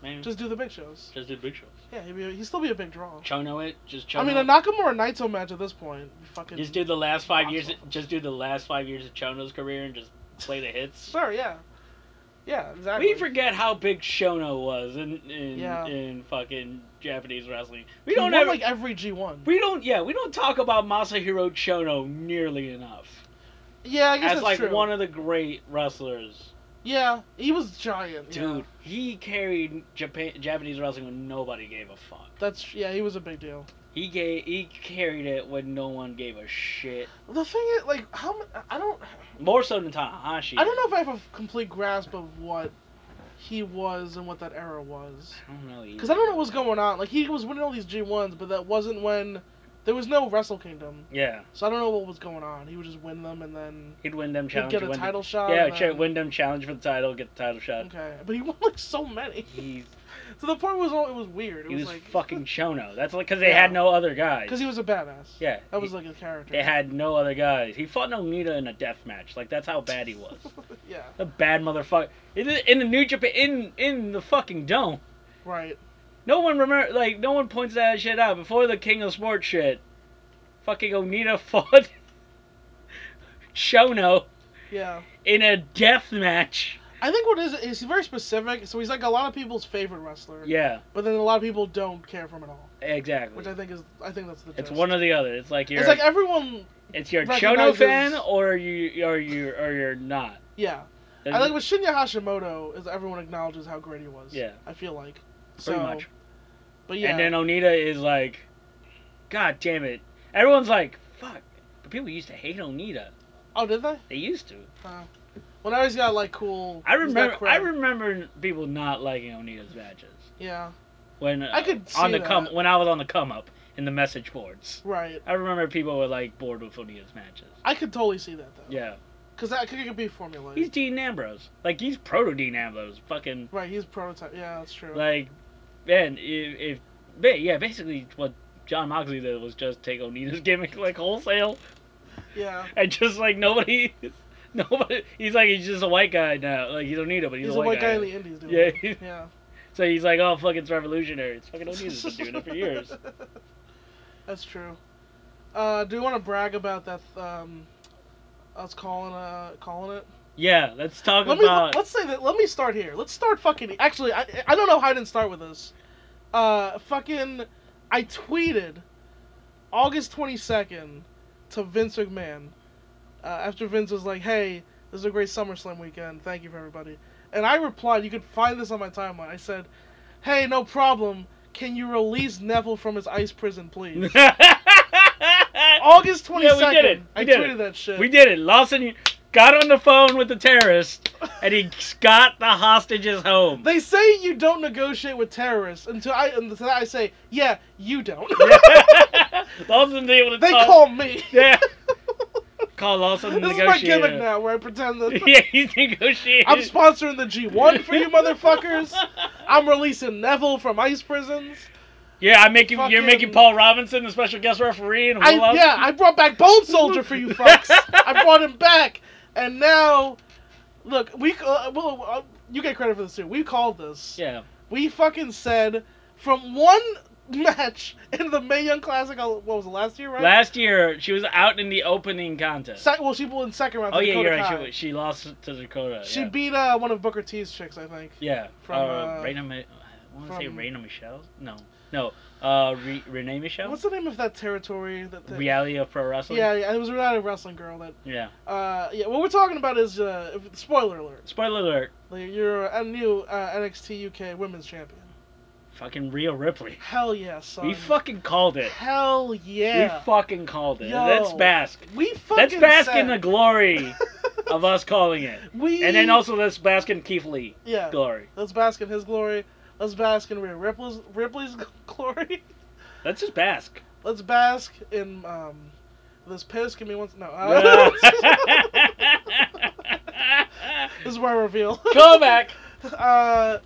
Maybe just
Just do the big shows.
just do big shows.
Yeah, he'd, be, he'd still be a big draw.
Chono it. Just chono.
I mean, a
it.
Nakamura Naito match at this point. Fucking.
Just do the last five
Box
years.
office.
Just do the last five years of Chono's career and just play the hits.
Sure, yeah. Yeah, exactly.
We forget how big Shono was in in,
Yeah.
in fucking Japanese wrestling.
He
We don't
won,
ever,
like every G1.
we don't yeah we don't talk about Masahiro Chono nearly enough
yeah, I guess
as
that's
like
true.
one of the great wrestlers.
Yeah, he was giant. yeah.
Dude, he carried Japan Japanese wrestling when nobody gave a fuck.
That's yeah, he was a big deal.
He gave he carried it when no one gave a shit.
The thing is, like, how m- I don't
More so than Tanahashi.
I don't know if I have a complete grasp of what he was and what that era was.
I don't know.
Because I don't know
either.
what was going on. Like he was winning all these G1s, but that wasn't when there was no Wrestle Kingdom.
Yeah,
So I don't know what was going on. He would just win them and then
he'd win them
he'd
challenge.
get a
win
title
the,
shot.
yeah,
and
ch-
then-
win them challenge for the title, get the title shot.
Okay, but he won like so many.
He's
So the point was, all it was weird. It
He was
like
fucking Chono. That's like because they
Yeah.
had no other guys.
because he was a badass.
yeah,
that was
he-
like his character.
they had no other guys. He fought Nonita in a death match. Like that's how bad he was.
yeah,
a bad motherfucker. In the, in the New Japan, in in the fucking dome,
right.
no one remember. Like no one points that shit out. Before the King of Sport shit, fucking Onita fought Shono
Yeah,
in a death match.
I think what is is he's very specific. So he's like a lot of people's favorite wrestler.
Yeah,
But then a lot of people don't care for him at all,
exactly.
which I think is I think that's the.
It's
gist.
one or the other. It's like you're
It's like everyone.
it's your Chono
recognizes-
fan or you or you or you're not.
Yeah, I think with Shinya Hashimoto is everyone acknowledges how great he was.
Yeah.
I feel like. So,
pretty much.
But yeah.
And then Onita is like, God damn it. Everyone's like, fuck. But people used to hate Onita.
Oh, did they?
They used to.
Uh, well, now he's got like cool.
I
he's got
remember. I
cred.
remember people not liking Onita's matches
Yeah.
when uh,
I could see
on the come
that.
when I was on the come up in the message boards.
Right.
I remember people were like bored with Onita's matches.
I could totally see that though.
Yeah,
Because that could, could be formulated.
he's Dean Ambrose. Like he's proto Dean Ambrose. Fucking
Right. He's prototype. Yeah, that's true.
like, man, if, if ba- yeah, basically what John Moxley did was just take Onita's gimmick like wholesale
yeah.
and just like nobody, nobody. He's like he's just a white guy now. Like he's Onita, but he's,
He's, a white guy, in the Indies. Doing
Yeah.
It. Yeah.
So he's like, oh, fuck, it's revolutionary. It's fucking O'Neill's been doing it for years.
That's true. Uh, do you want to brag about that? Um, us calling uh calling it.
Yeah, let's talk
Let me
about.
let's say that. Let me start here. Let's start fucking. Actually, I I don't know how I didn't start with this. Uh, fucking, I tweeted August twenty second to Vince McMahon uh, after Vince was like, "Hey, this is a great SummerSlam weekend. Thank you for everybody." And I replied, "You could find this on my timeline." I said, "Hey, no problem. Can you release Neville from his ice prison, please?" August
Yeah,
twenty
we did
second.
it. We
I
did
tweeted
it.
that shit.
we did it. Lawson got on the phone with the terrorist, and he got the hostages home.
They say you don't negotiate with terrorists until I until I say, yeah, you don't.
Lawson's able to
they
talk.
call me.
Yeah. Call Lawson the
This is my
negotiator.
gimmick now, where I pretend that
yeah, he's negotiating.
I'm sponsoring the G1 for you motherfuckers. I'm releasing Neville from ice prisons.
yeah, I'm making. You're
Fucking-
making Paul Robinson the special guest referee, and
I,
Will Lawson-
yeah, I brought back Bone Soldier for you fucks. I brought him back, and now, look, we c- uh, well, uh, you get credit for this too. We called this.
yeah.
We fucking said from one match in the May Young Classic. uh, What was it last year, right?
Last year, she was out in the opening contest.
Sec- well, she won second round. to
oh yeah,
Dakota
you're right.
Kai.
She, wa- she lost to Dakota.
She
yeah.
beat uh, one of Booker T's chicks, I think.
yeah.
from,
uh,
uh,
Reina. Mi- I want to say
from-
Reina Michelle. No, no. Uh, Re- Renee Michelle.
What's the name of that territory? That thing?
Reality of pro wrestling.
Yeah, yeah, it was not a wrestling girl. That
Yeah.
uh, yeah. What we're talking about is uh, if- spoiler alert.
Spoiler alert.
Like, you're a new uh, NXT UK Women's Champion.
Fucking Rhea Ripley.
Hell yeah, son.
We fucking called it.
Hell yeah.
We fucking called it.
Yo.
Let's bask.
We fucking.
Let's bask in the
said-
glory of us calling it.
we.
And then also let's bask in Keith Lee
Yeah.
glory.
Let's bask in his glory. Let's bask in Rhea Ripley's, Ripley's glory.
Let's just bask.
Let's bask in um, this piss. Give me one. No. Uh, this is where I reveal.
Call back.
Uh,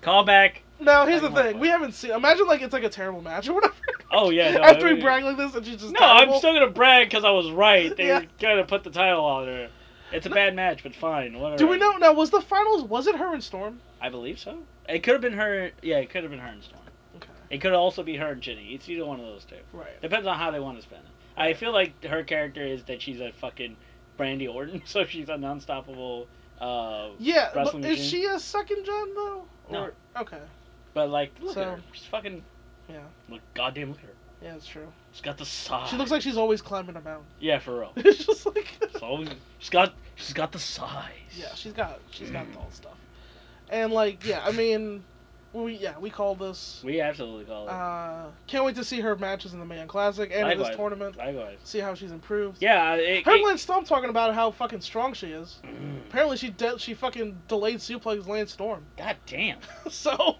Call back.
now here's the
Like, what-
thing: we haven't seen. Imagine like it's like a terrible match or whatever.
Oh yeah. No,
After we
I-
brag like this, and she's just
No,
terrible.
I'm still gonna brag because I was right. They
Yeah.
were gonna put the title on her. It's a bad match, but fine. Whatever.
Do we know now? Was the finals? Was it her and Storm?
I believe so. It could have been her. Yeah, it could have been her and Storm.
Okay.
It could also be her and Ginny. It's either one of those two.
Right.
Depends on how they want to spend it. I feel like her character is that she's a fucking Brandy Orton, so she's an unstoppable. Uh,
Yeah, but
Wrestling
is
machine.
she a second gen though?
No.
Or, okay.
but like, look
So-
at her. She's fucking.
Yeah.
Look, goddamn, look at her.
Yeah, it's true.
She's got the size.
She looks like she's always climbing a mountain.
Yeah, for real.
it's just like.
It's always- she's got. She's got the size.
Yeah, she's got she's got all stuff. And like yeah, I mean, we yeah we called this.
We absolutely call it.
Uh, can't wait to see her matches in the Mayan Classic and in
Likewise.
this tournament.
Likewise.
See how she's improved.
Yeah. uh, It,
Her
it- mm,
and Lance Storm talking about how fucking strong she is. Apparently she de- she fucking delayed suplex Lance Storm.
God damn.
so,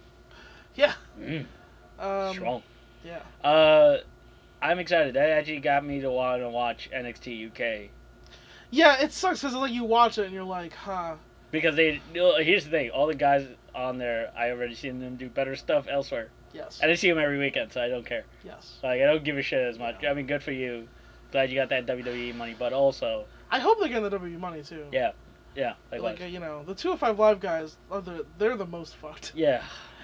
yeah.
Mm,
Um,
strong.
Yeah.
Uh, I'm excited. That actually got me to want to watch NXT UK
Yeah, it sucks because like you watch it and you're like, huh.
because they. no, Here's the thing. All the guys on there, I already seen them do better stuff elsewhere.
Yes.
I didn't see them every weekend, so I don't care.
Yes.
Like I don't give a shit as much.
Yeah.
I mean, good for you. Glad you got that WWE money, but also,
I hope they get the W money too.
Yeah, yeah, like,
Like uh, you know, the two five live guys are the they're the most fucked.
yeah.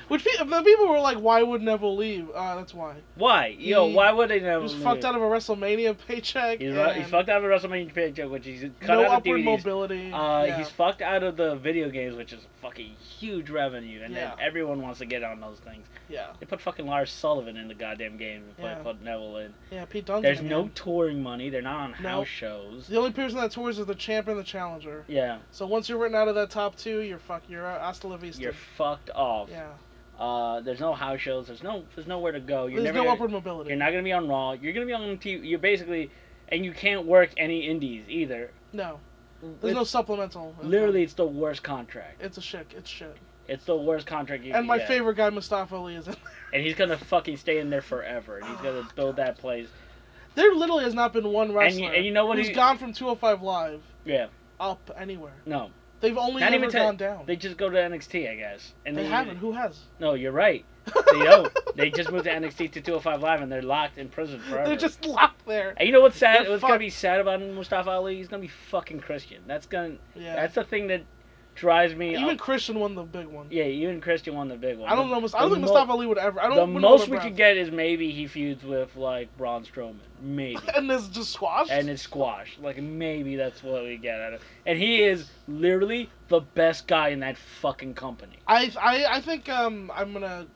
Which pe- the people were like, why would Neville leave? Uh, that's why.
Why? Yo,
He-
why would they never?
He was
leave?
fucked out of a WrestleMania paycheck.
He's,
and
ru- he's fucked out of WrestleMania paycheck, which he's cut
no
out of
upward
DVDs.
mobility.
Uh,
yeah.
He's fucked out of the video games, which is fucking huge revenue, and
Yeah.
then everyone wants to get on those things.
yeah,
They put fucking Lars Sullivan in the goddamn game and
Yeah.
put, put Neville in.
yeah. Pete Dunne.
There's no touring money. They're not on
No.
house shows.
The only person that tours is the champ and the challenger.
Yeah,
So once you're written out of that top two, you're fuck. You're uh, hasta la vista.
you're fucked off.
yeah.
Uh, there's no house shows. There's no. There's nowhere to go. You're
There's
never.
no
gonna,
upward mobility.
You're not gonna be on Raw. You're gonna be on TV. You're basically, and you can't work any indies either.
No, there's no
It's-
supplemental. It's
literally, it's the worst contract.
it's a shit. It's shit.
It's the worst contract you
And
can
my
get.
favorite guy, Mustafa Ali, is in there.
And he's gonna fucking stay in there forever. And he's gonna build that place.
There literally has not been one
And you,
wrestler
and you know what?
who's
He,
gone from 205 Live
yeah.
up anywhere.
No.
They've only
Not
ever
even to-
gone down.
They just go to NXT, I guess. And
They
then you-
haven't. Who has?
No, you're right. They don't. they just moved to NXT to 205 Live, and they're locked in prison forever.
They're just locked there.
And you know what's sad?
They're
What's gonna be sad about Mustafa Ali? He's gonna be fucking Christian. That's gonna.
Yeah.
That's the thing that drives me.
Even
up.
Christian won the big one.
Yeah, even Christian won the big one.
I don't know. I don't
the
think
mo-
Mustafa Ali would ever. I don't.
the
wouldn't
most
hold
we
my
could
breath.
get is maybe he feuds with like Braun Strowman, maybe,
And it's just squashed.
and it's squash. Like maybe that's what we get out of. And he is literally the best guy in that fucking company.
I, I I think um I'm gonna.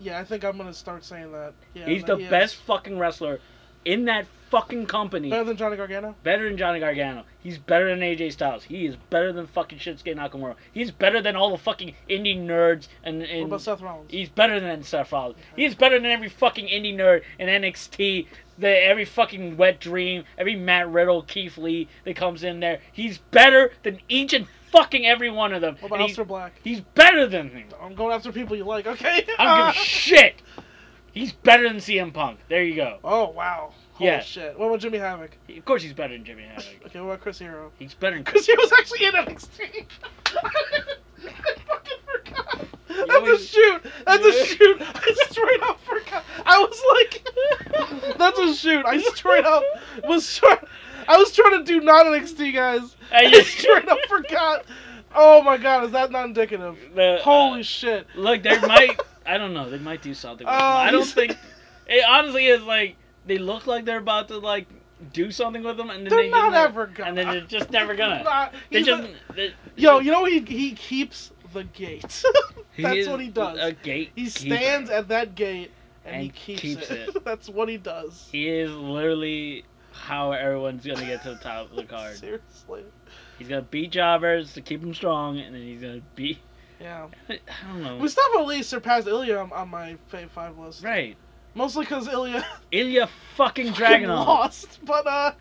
Yeah, I think I'm gonna start saying that. Yeah,
He's
that
the
he is.
best fucking wrestler in that fucking company.
Better than Johnny Gargano.
Better than Johnny Gargano. He's better than AJ Styles. He is better than fucking Shinsuke Nakamura. He's better than all the fucking indie nerds and,
What
and
about Seth Rollins?
He's better than Seth Rollins. He's better than every fucking indie nerd in NXT. The every fucking wet dream, every Matt Riddle, Keith Lee that comes in there. He's better than each and fucking every one of them.
What
And
about
he's,
Aleister Black?
he's better than them.
I'm going after people you like. Okay.
I don't give a shit. He's better than CM Punk. There you go.
Oh wow. Holy
Yeah.
shit. What about Jimmy Havoc?
Of course, he's better than Jimmy Havoc.
Okay, what about Chris Hero?
He's better than
Chris Hero's actually in NXT. I fucking forgot. That's a
always-
shoot. That's a
Yeah.
shoot. I straight up forgot. I was like, that's a shoot. I straight up was trying. I was trying to do non NXT guys.
I
I
just-
straight up forgot. Oh my god, is that not indicative?
The-
Holy
uh,
shit.
Look, they might. I don't know. They might do something. With
Oh,
him. I don't
he's-
think. It honestly is like they look like they're about to like do something with them, and then
They're
they
not
just,
ever gonna.
And then they're just never gonna.
Not-
they
he's
just.
a-
they-
yo, you know he he keeps the gate.
he
That's
is
what he does.
A gate.
He stands at that gate and, he
And
keeps,
keeps
it. That's what he does.
He is literally how everyone's gonna get to the top of the card.
Seriously.
He's gonna beat jobbers to keep them strong, and then he's gonna beat.
Yeah.
I don't know.
Mustafa Ali surpassed Ilya on, on my Fave 5 list.
Right.
Mostly because Ilya
Ilya fucking
fucking
Dragunov.
lost, but uh,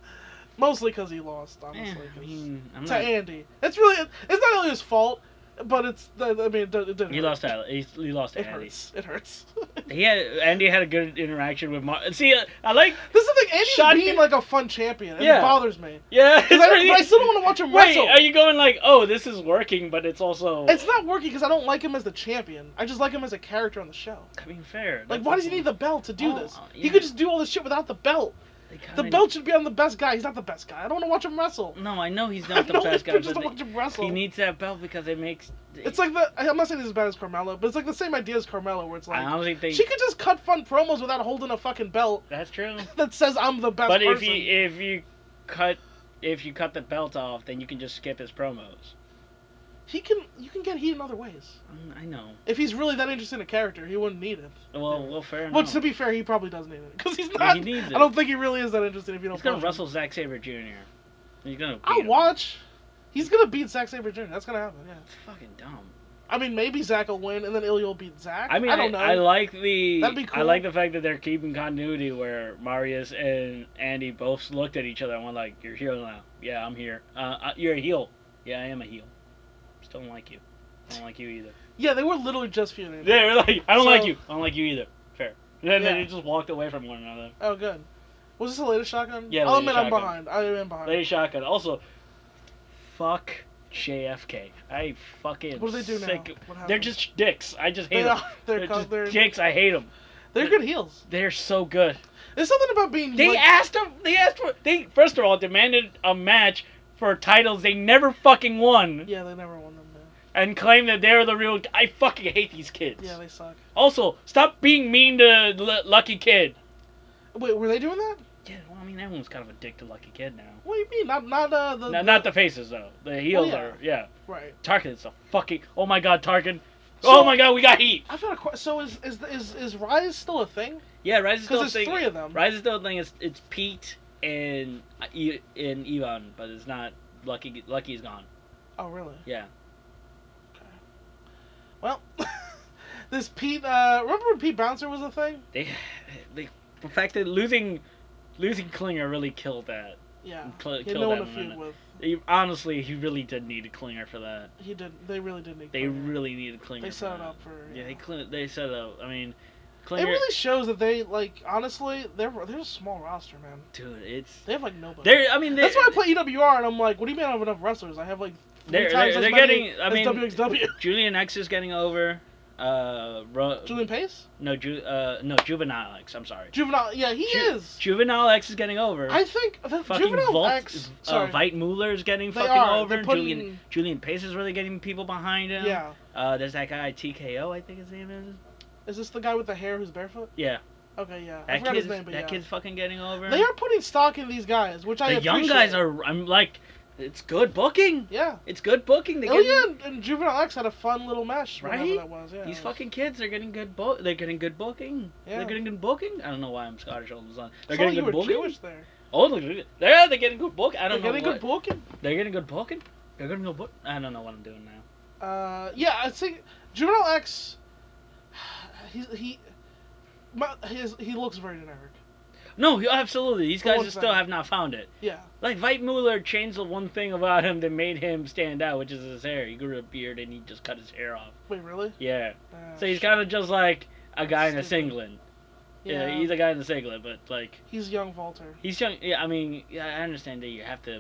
mostly because he lost,
Eh,
honestly. 'cause-
I mean, I'm
to
not.
Andy. It's really, it's not Ilya's fault, but it's, I mean, it, did- it did
He
hurt.
lost that. He, he lost to
It
Andy.
hurts. It hurts.
He had Andy had a good interaction with Mar. See, uh, I like
this is the thing. Andy's
Shot-
being like a fun champion. and It
Yeah.
bothers me.
yeah.
'Cause I, but I still don't want to watch him
Wait,
wrestle.
are you going like, oh, this is working, but it's also
It's not working because I don't like him as the champion. I just like him as a character on the show.
I mean fair.
Like, why does he need the belt to do
Oh,
this? He
yeah.
could just do all this shit without the belt. The
belt?
belt should be on the best guy. He's not the best guy. I don't want to watch him wrestle.
No, I know he's not
I
the
don't
best guy,
want to
but
watch him wrestle.
he needs that belt because it makes.
it's like the. I'm not saying this is as bad as Carmelo, but it's like the same idea as Carmelo, where it's
I
like
honestly think
she could just cut fun promos without holding a fucking belt
that's true.
that says I'm the best
But
person.
if you if you cut if you cut the belt off, then you can just skip his promos.
He can. You can get heat in other ways.
Mm, I know.
If he's really that interested in a character, he wouldn't need it.
Well, well, fair enough.
But to be fair, he probably does need it because he's
Yeah,
not.
he needs it.
I don't think he really is that interested. If you don't.
he's gonna
push him.
wrestle Zack Saber Jr. He's gonna. beat
I'll
him.
watch. He's gonna beat Zack Sabre Jr. That's gonna happen. Yeah.
It's fucking dumb.
I mean, maybe Zack will win, and then Ilya will beat Zack.
I mean,
I
I,
don't know.
I like the
That'd be
I
cool.
like the fact that they're keeping continuity where Marius and Andy both looked at each other and went like, "You're here now. Yeah, I'm here. Uh, uh, you're a heel. Yeah, I am a heel. Just don't like you. I don't like you either.
Yeah, they were literally just feuding.
They were like, I don't like
So-
you. I don't like you either. Fair. And then, then
Yeah.
they just walked away from one another.
Oh, good. Was this the latest shotgun?
Yeah,
I'll
latest
admit I'm
shotgun.
behind. I am behind.
Lady Shotgun. Also, fuck JFK. I fucking
What do they do now?
sick.
What
They're
happened?
just dicks. I just hate
They
them.
are. They're, co-
just
they're,
dicks. I hate them.
they're good heels.
They're so good.
There's something about being.
They
like,
asked him. They asked for. They first of all demanded a match for titles they never fucking won,
Yeah, they never won them. Man.
and claimed that they're the real. I fucking hate these kids.
Yeah, they suck.
Also, stop being mean to L- Lucky Kid.
Wait, were they doing that?
Yeah, well, I mean everyone's kind of a dick to Lucky Kid now.
What do you mean? Not not uh the.
No, not the faces though. The heels
yeah.
are. Oh, Yeah.
Right.
Tarkin is a fucking. Oh my god, Tarkin.
So-
oh my god, we got heat.
I've got a question. So is is is is Rise still a thing?
Yeah, Rise
Because
is still
there's
thing.
three of them.
Rise is still a thing. It's it's Pete and E- and Ivan, but it's not Lucky. Lucky's gone.
Oh really?
Yeah.
Well, this Pete. Uh, remember when Pete Bouncer was a thing?
they, they the fact that losing losing Klinger really killed that.
Yeah.
Cl-
He had
kill
no one
that
to
one,
feud
no.
with.
He- honestly, he really did need a clinger for that.
He did. They really did need.
They
Klinger.
really need a clinger.
Oh, They
for
set it
that.
up for.
Yeah, they clin- they set it up. I mean, clinger.
It really shows that they like. Honestly, they're they're a small roster, man.
Dude, it's
They have like nobody.
they're. I mean, they,
That's why I play EWR, and I'm like, what do you mean I don't have enough wrestlers? I have like. three
They're,
times
they're,
as
they're
many
getting. I
as
mean,
WXW.
Julian X is getting over. Uh, Ru-
Julian Pace,
no, Ju- uh, no, Juvenile X. I'm sorry.
juvenile. Yeah, he
Ju-
is.
Juvenile X is getting over.
I think that
fucking
juvenile
Volt,
X.
uh,
Sorry.
Vite Mueller is getting
They
fucking
are.
over.
They're putting-
Julian Julian Pace is really getting people behind him.
yeah.
Uh, there's that guy TKO, I think his name is.
Is this the guy with the hair who's barefoot?
Yeah,
Okay, yeah. I
that
forgot
kid's
his name, but
that
yeah.
kid's fucking getting over.
They are putting stock in these guys, which I
the young
appreciate.
guys are. I'm like, it's good booking.
Yeah.
It's good booking. They get
Ilya and, and Juvenile X had a fun little mesh, whatever
Right?
that was. Yeah.
These fucking kids are getting good book. They're getting good booking.
Yeah.
They're getting good booking. I don't know why I'm Scottish all of a sudden. They're
Sounded
getting
like
good
you were
booking.
Jewish there.
Oh, look, look, look. they're they're getting good book. I don't
They're
know.
getting
what-
good booking.
They're getting good booking. They're getting good book. I don't know what I'm doing now.
Uh, yeah, I think Juvenile X. He's, he, my, his, he looks very generic.
No, he- absolutely. These
For
guys
one
just
thing.
still have not found it.
Yeah.
Like Vite Mueller changed the one thing about him that made him stand out, which is his hair. He grew a beard and he just cut his hair off.
Wait, really?
Yeah.
Uh,
So he's kind of just like a guy in a
Stupid.
singlet.
Yeah.
Yeah. he's a guy in a singlet, but like
He's young Walter.
He's young. Yeah, I mean, yeah, I understand that you have to,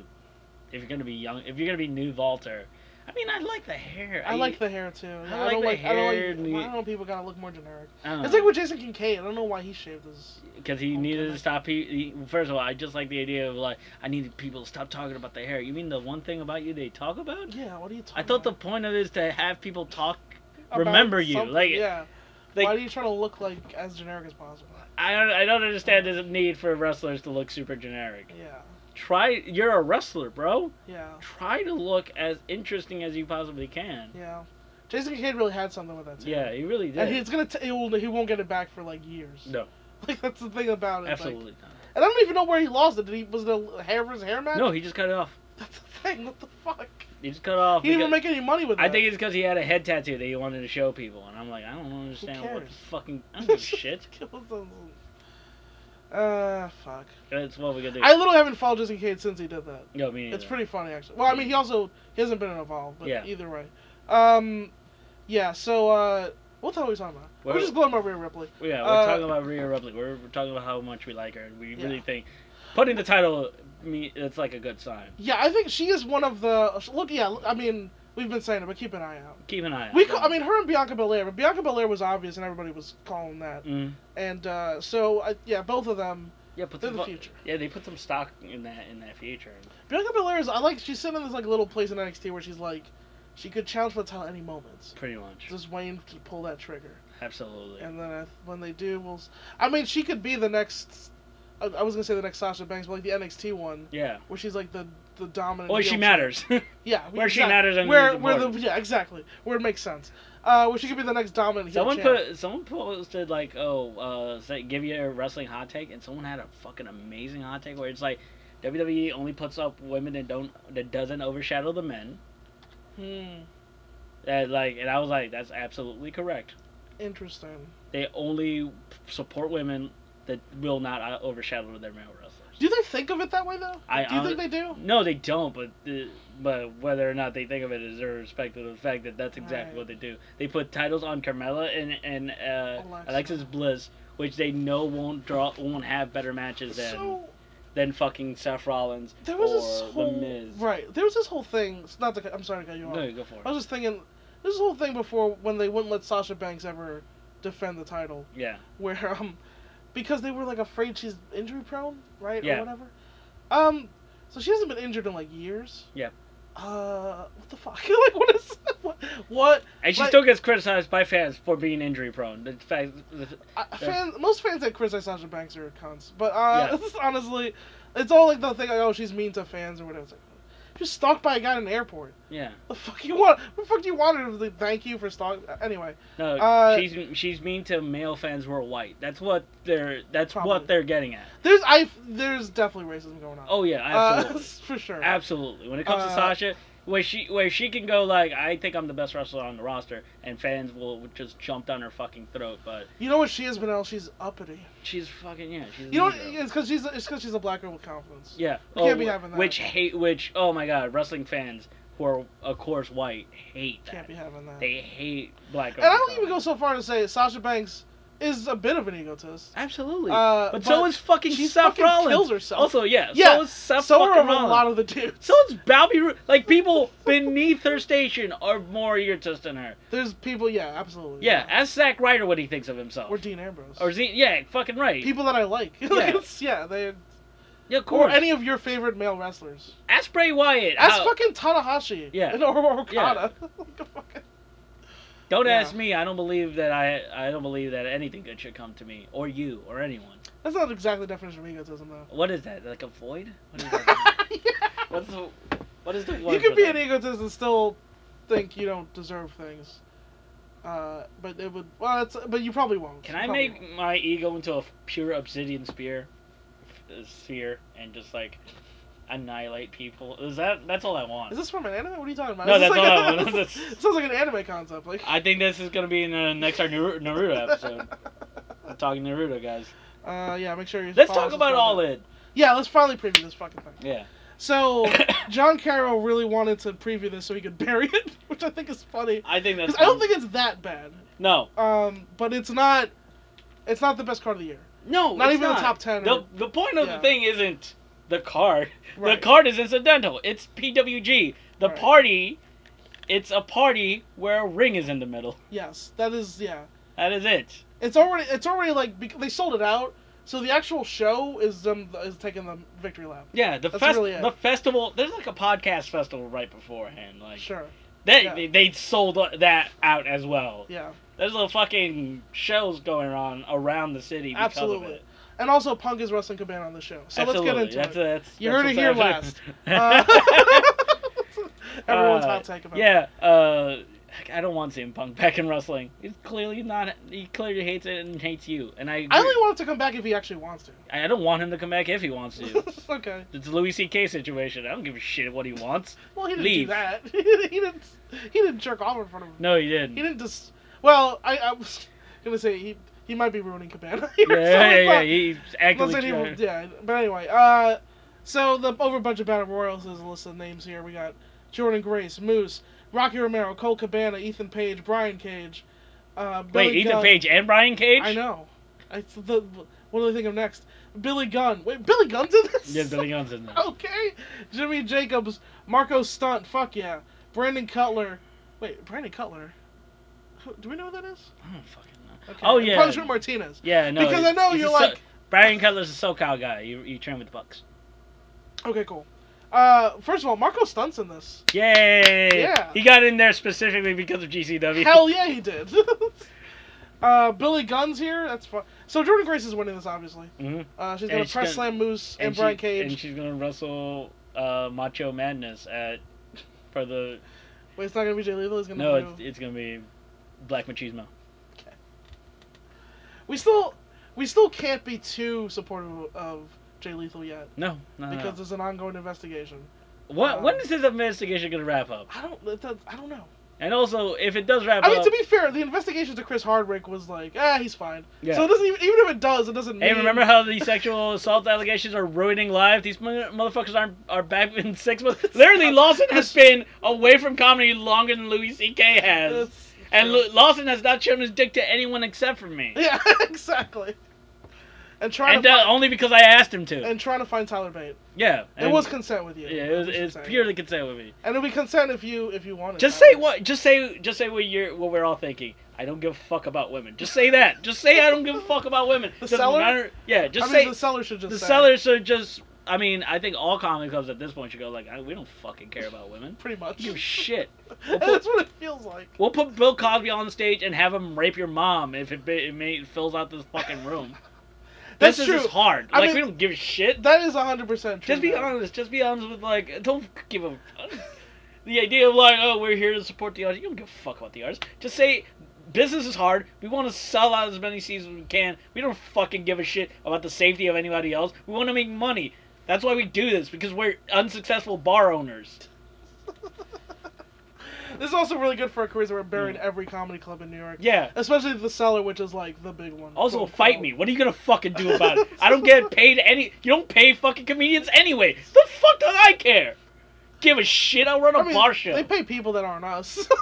if you're gonna be young, if you're gonna be new Volter. I mean, I like the hair.
I like the hair too.
I
Yeah,
like
don't
the
like,
hair
I
and
don't
the-
like. I don't know. People gotta look more generic.
I
It's like with Jason Kincaid. I don't know why he shaved his.
because he
Oh,
needed
damn
to
it.
stop. He, he first of all, I just like the idea of like I need people to stop talking about the hair. You mean the one thing about you they talk about?
Yeah. What are you talking?
I thought the
about?
point of it is to have people talk.
About
remember you,
something,
like-
yeah.
like-
why are you trying to look like as generic as possible?
I don't. I don't understand this need for wrestlers to look super generic.
Yeah.
Try. You're a wrestler, bro.
Yeah.
Try to look as interesting as you possibly can.
Yeah. Jason Kincaid really had something with that too.
Yeah, he really did.
And he's gonna. T- he, will, he won't get it back for like years.
No.
Like that's the thing about it. like-
Absolutely not.
and I don't even know where he lost it. Did he was the hair was hair match?
No, he just cut it off.
That's the thing. What the fuck?
He just cut it off.
He didn't
because-
even make any money with it.
I think it's because he had a head tattoo that he wanted to show people, and I'm like, I don't understand what
cares?
fucking. I don't give a shit.
Uh, fuck.
That's what we gotta do.
I literally haven't followed Jason Kincaid since he did that.
no, me neither.
It's pretty funny actually. Well, I mean, he also he hasn't been involved, but
Yeah.
either way, um, yeah. So uh, what the hell are we talking about?
Well-
We're just blowing about Rhea Ripley.
Yeah, we're
uh,
talking about Rhea Ripley. We're, we're talking about how much we like her, and we
Yeah.
really think putting the title me it's like a good sign.
Yeah, I think she is one of the look. Yeah, I mean, we've been saying it, but keep an eye out.
Keep an eye.
We,
out.
ca- I mean, her and Bianca Belair, but Bianca Belair was obvious, and everybody was calling that.
Mm.
And uh, so, I, yeah, both of them.
yeah, put
They're
some
the
fu-
future.
Yeah, they put some stock in that in that future.
Bianca Belair is. I like. She's sitting in this like little place in NXT where she's like, she could challenge for the title any moment.
Pretty much,
Just waiting to pull that trigger.
absolutely.
And then I, when they do, we'll. s- I mean, she could be the next. I, I was gonna say the next Sasha Banks, but like the NXT one,
yeah,
where she's like the the dominant.
well, she
heel
matters.
champ. Yeah,
Where she matters and
Where
is
where the
important.
yeah exactly where it makes sense. Uh, where she could be the next dominant. heel
Someone
champ.
put someone posted like, oh, uh, say, give you a wrestling hot take, and someone had a fucking amazing hot take where it's like, WWE only puts up women that don't that doesn't overshadow the men.
Hmm,
That like, and I was like, that's absolutely correct.
interesting.
They only support women that will not uh, overshadow their male wrestlers.
Do they think of it that way though?
I
do you
hon-
think they do?
No, they don't. But the, but whether or not they think of it is irrespective of the fact that that's exactly
Right.
what they do. They put titles on Carmella and and uh,
Alexa.
Alexis Bliss, which they know won't draw won't have better matches than
So
than fucking Seth Rollins
there was
or
this whole
the Miz.
right. There was this whole thing. it's Not to, cut- I'm sorry to cut you off.
No, you go for it.
I was just thinking. There's this whole thing before when they wouldn't let Sasha Banks ever defend the title.
yeah,
where um because they were like afraid she's injury prone, right?
Yeah.
Or whatever. Um so she hasn't been injured in like years.
Yep.
Uh what the fuck? like what is what, what?
and she
Like-
still gets criticized by fans for being injury prone. The fact,
I, fan, most fans that criticize Sasha Banks are cunts. But uh honestly it's all like the thing like oh she's mean to fans or whatever. It's like she's stalked by a guy in an airport.
yeah,
The fuck you want? What the fuck do you want her to like, thank you for stalking? Anyway,
no,
Uh,
she's she's mean to male fans who are white. That's what they're that's what
Probably.
they're getting at.
there's I there's definitely racism going on.
Oh yeah,
Uh,
absolutely.
for sure.
Absolutely. When it comes to
Uh,
Sasha, where she where she can go like I think I'm the best wrestler on the roster, and fans will just jump down her fucking throat. But
You know what she is, Manel? She's uppity.
she's fucking yeah. She's an
You know, what,
ego.
it's because she's it's because she's a black girl with confidence.
Yeah. Oh,
We can't be having that.
Which hate, which, oh my god, wrestling fans who are, of course, white hate that.
Can't be having that.
They hate black
and I don't even go so far to say Sasha Banks is a bit of an egotist.
Absolutely.
Uh,
but, so is fucking
she
Seth
fucking
Rollins.
kills herself.
Also, yeah,
Yeah,
so is Seth
so are
fucking
a
Rollins.
lot of the dudes.
so is Bobby Roode. Like, people beneath her station are more egotist than her.
There's people, yeah, absolutely.
Yeah, ask Zack Ryder what he thinks of himself.
Or Dean Ambrose.
Or Z- yeah, fucking right.
people that I like. Yeah,
Yeah.
like it's, yeah they.
yeah,
Or
of course.
any of your favorite male wrestlers.
ask Bray Wyatt.
As
how-
fucking Tanahashi.
Yeah.
And or Okada. Like a fucking-
don't
yeah.
ask me. I don't believe that I. I don't believe that anything good should come to me or you or anyone.
That's not exactly the definition of egotism, though.
What is that? Like a void? What is that?
yeah.
What's the, what is the one?
You can
for
be
that?
an egotist and still think you don't deserve things. Uh, but it would. Well, it's, but you probably won't.
Can
You
I
probably
make
won't.
my ego into a pure obsidian spear, uh, sphere, and just like annihilate people? Is that that's all I want?
Is this from an anime? What are you talking about?
No,
Is this
that's
like
all I
a-
want.
this sounds like an anime concept. Like.
I think this is gonna be in the next our Naru- Naruto episode. I'm talking Naruto, guys.
Uh, yeah, make sure you.
Let's
follow
talk
us
about
on
all
that.
in.
Yeah, let's finally preview this fucking thing.
Yeah.
So, John Carroll really wanted to preview this so he could bury it, which I think is funny.
I think that's.
Because I don't
fun.
think it's that bad.
No.
Um, but it's not. It's not the best card of the year.
No.
Not
it's
even the top 10
The
or-
the point of
yeah.
the thing isn't the card.
Right.
The card is incidental. It's PWG. The
Right.
party, it's a party where a ring is in the middle.
Yes, that is yeah.
That is it.
It's already it's already like bec- they sold it out, so the actual show is them is taking the victory lap.
Yeah, the
That's
fest,
really it.
the festival. There's like a podcast festival right beforehand. Like
Sure.
they,
yeah.
they they sold that out as well.
Yeah.
There's little fucking shows going on around the city because
Absolutely.
of it.
And also, Punk is wrestling Cabana on the show, so
Absolutely.
let's get
that's,
into it.
That's,
You
that's
heard it here Uh,
what's
last. Uh, Everyone's
Uh,
hot take about it.
Yeah, uh, I don't want CM Punk back in wrestling. He's clearly not. He clearly hates it and hates you. And I.
I only want him to come back if he actually wants to.
I don't want him to come back if he wants to.
okay.
it's a Louis C.K. situation. I don't give a shit what he wants.
Well, he didn't do
Leave.
that. he didn't. He didn't jerk off in front of him.
No, he didn't.
He didn't just. Well, I, I was gonna say he he might be ruining Cabana. Here,
yeah,
so
yeah,
it's
yeah,
not-
He's
Not
actively
saying he
trying.
will- yeah, but anyway, uh, so the over a bunch of battle royals is a list of names here. We got Jordan Grace, Moose, Rocky Romero, Cole Cabana, Ethan Page, Brian Cage. Uh, Billy
Wait, Ethan
Gunn.
Page and Brian Cage?
I know. It's the what do they think of next? Billy Gunn. Wait, Billy Gunn's in this?
Yeah, Billy Gunn's in there.
okay. Jimmy Jacobs, Marco Stunt. Fuck yeah. Brandon Cutler. Wait, Brandon Cutler. Who- Do we know who that is?
I don't fucking know.
Okay.
Oh,
and
yeah.
Punishment Martinez.
Yeah, no.
Because
he's-
I know
he's a
you're
so-
like-
Brian Cutler's a SoCal guy. You, you train with the Bucks.
Okay, cool. Uh, first of all, Marco Stunt's in this.
Yay!
Yeah.
He got in there specifically because of GCW.
Hell yeah, he did. uh, Billy Gunn's here. That's fun. So Jordan Grace is winning this, obviously.
Mhm.
Uh, she's
And
gonna
she's
press
gonna-
slam Moose and,
she-
Brian Cage.
And she's gonna wrestle uh, Macho Madness at for the
Wait, it's not gonna be Jay Lethal. It's gonna
no,
be.
it's, it's gonna be Black Machismo.
We still, we still can't be too supportive of Jay Lethal yet
No, no,
because
no.
there's an ongoing investigation.
What
um,
when is his investigation gonna wrap up?
I don't. That, that- I don't know.
And also, if it does wrap
I mean,
up,
to be fair, the investigation to Chris Hardwick was like, ah, he's fine.
yeah.
So it doesn't even, even if it does, it doesn't.
Hey,
mean...
remember how the sexual assault allegations are ruining lives? These mo- motherfuckers aren't are back in six months. Literally, Lawson has been away from comedy longer than Louis C.K. has,
It's-
and Lu- Lawson has not shown his dick to anyone except for me,
Yeah, exactly. And trying
and
to
uh,
find,
only because I asked him to.
and trying to find Tyler Bate.
yeah,
It
and-
was consent with you.
Yeah, it was,
We
it
should
was
say.
purely consent with me.
And it'll be consent if you if you want it.
Just
I
say
mean.
what. Just say. Just say what you're. What we're all thinking. I don't give a fuck about women. Just say that. Just say I don't give a fuck about women.
The
Doesn't
seller?
matter- Yeah.
I
Just
mean,
say
the seller should just
the
say.
seller should just. I mean, I think all comic clubs at this point should go like, I, we don't fucking care about women.
Pretty much.
Give a shit.
And that's what it feels like.
We'll put Bill Cosby on stage and have him rape your mom if it, it, may, it fills out this fucking room.
That's
this
true.
is just hard.
I
like
mean-
we don't give a shit.
That is hundred percent true.
Just be
though.
honest. Just be honest with like, don't give a. The idea of like, oh, we're here to support the arts. You don't give a fuck about the arts. Just say, business is hard. We want to sell out as many seats as we can. We don't fucking give a shit about the safety of anybody else. We want to make money. That's why we do this because we're unsuccessful bar owners.
This is also really good for a charisma where buried every comedy club in New York,
Mm. Yeah.
especially the Cellar, which is like the big one.
Also,
Quote,
fight
unquote.
me. What are you gonna fucking do about it? I don't get paid any. You don't pay fucking comedians anyway. The fuck do I care? Give a shit. I'll run a
I mean,
bar show.
They pay people that aren't us.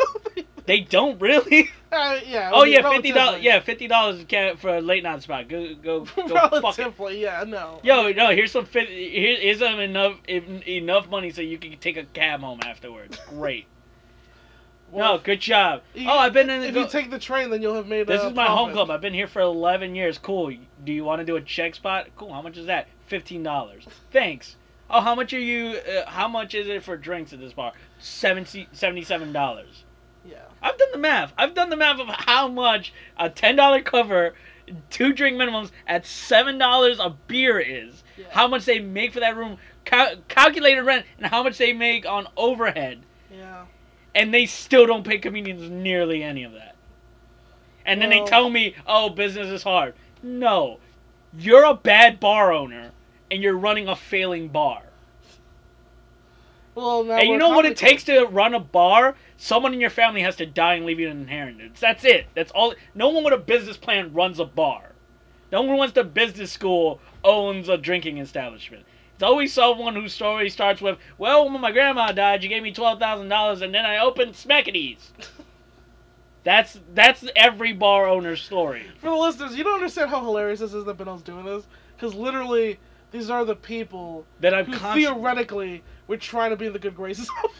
They don't really.
Uh, yeah. I
Oh
mean,
yeah, fifty dollars.
relatively.
Yeah, fifty dollars for a late night spot. Go go go. fuck it.
Relatively, yeah, no.
Yo, no. Here's some. 50, here, here's some enough en- enough money so you can take a cab home afterwards. Great. no,
Well,
good job.
you-
oh, I've been in. The
if
go-
you take the train, then you'll have made.
this
a
is my home
profit.
club. I've been here for eleven years. Cool. Do you want to do a check spot? Cool. How much is that? Fifteen dollars. Thanks. Oh, how much are you? Uh, how much is it for drinks at this bar? 70, 77 dollars.
Yeah.
I've done the math. I've done the math of how much a ten dollar cover, two drink minimums at seven dollars a beer is.
Yeah.
How much they make for that room, cal- calculated rent, and how much they make on overhead,
Yeah.
and they still don't pay comedians nearly any of that. And then
Well-
they tell me, "Oh, business is hard." No, you're a bad bar owner, and you're running a failing bar.
Well, now
And you
we're
know what
comedy
it takes to run a bar? Someone in your family has to die and leave you an inheritance. That's it. That's all. No one with a business plan runs a bar. No one who wants to business school owns a drinking establishment. It's always someone whose story starts with, "Well, when my grandma died, you gave me twelve thousand dollars, and then I opened Smackities." That's that's every bar owner's story.
For the listeners, you don't understand how hilarious this is that Benel's doing this, because literally, these are the people
That I'm
who
constantly.
theoretically were trying to be in the good graces of.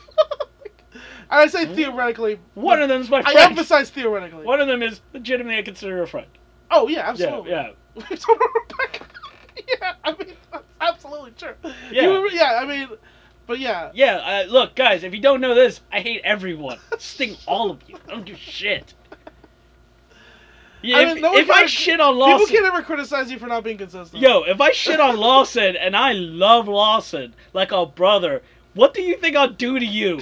and I say
Hmm?
theoretically.
One of them's my
I
friend.
emphasize theoretically.
One of them is legitimately I consider a friend.
Oh yeah,
Yeah,
absolutely.
yeah.
We've told Rebecca. yeah, I mean that's absolutely true.
Yeah.
You were- yeah, I mean, but yeah,
Yeah, uh, look, guys, if you don't know this, I hate everyone. Sting all of you. I don't give a shit. Yeah,
I
if
mean, no one
if I
can-
shit on
people
Lawson,
can never criticize you for not being consistent.
yo, if I shit on Lawson and I love Lawson like a brother, what do you think I'll do to you?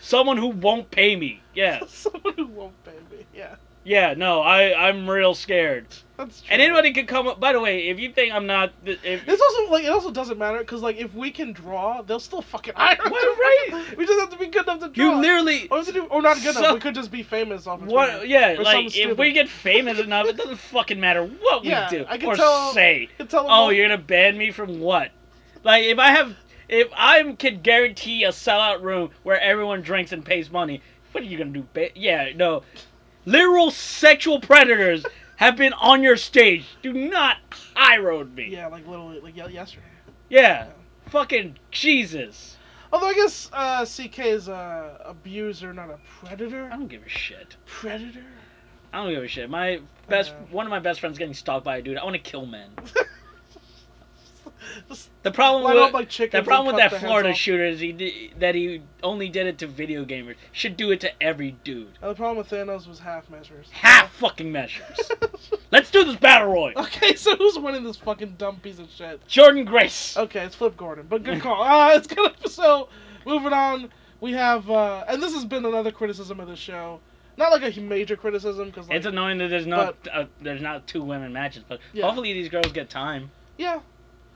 Someone who won't pay me. Yeah,
someone who won't pay me. Yeah,
yeah, no, I I'm real scared.
that's true.
And anybody could come up. By the way, if you think I'm not, if,
It's also like it also doesn't matter because like if we can draw, they'll still fucking hire. us.
right?
We just have to be good enough to draw.
you literally
Or, is it, or not good
So-
enough. We could just be famous off of
What?
Twitter.
Yeah,
Or something
like if
stupid.
we get famous enough, it doesn't fucking matter what
Yeah,
we do
I can
or
tell-
say.
You tell them
Oh,
all-
you're gonna ban me from what? Like if I have, if I can guarantee a sellout room where everyone drinks and pays money, what are you gonna do? Ba- yeah, no, literal sexual predators have been on your stage. Do not high road me.
Yeah, like literally, like ye- yesterday.
Yeah. fucking Jesus.
Although I guess uh, CK is a abuser, not a predator.
I don't give a shit.
Predator.
I don't give a shit. My best,
Yeah.
one of my best friends getting stalked by a dude. I want to kill men.
Just
The problem
line
with
up like chickens.
The problem
and
with
cut
that
the
Florida
heads off.
shooter is he did, that he only did it to video gamers. Should do it to every dude.
And Uh, the problem with Thanos was half measures.
Half fucking measures. Let's do this battle royal.
okay, so who's winning this fucking dumb piece of shit?
Jordan Grace.
Okay, it's Flip Gordon, but
Mm.
good call. Ah, it's good. So, moving on, we have, uh, and this has been another criticism of the show. Not like a major criticism, because like,
It's annoying that there's not uh, there's not two women matches, but
Yeah.
hopefully these girls get time.
yeah.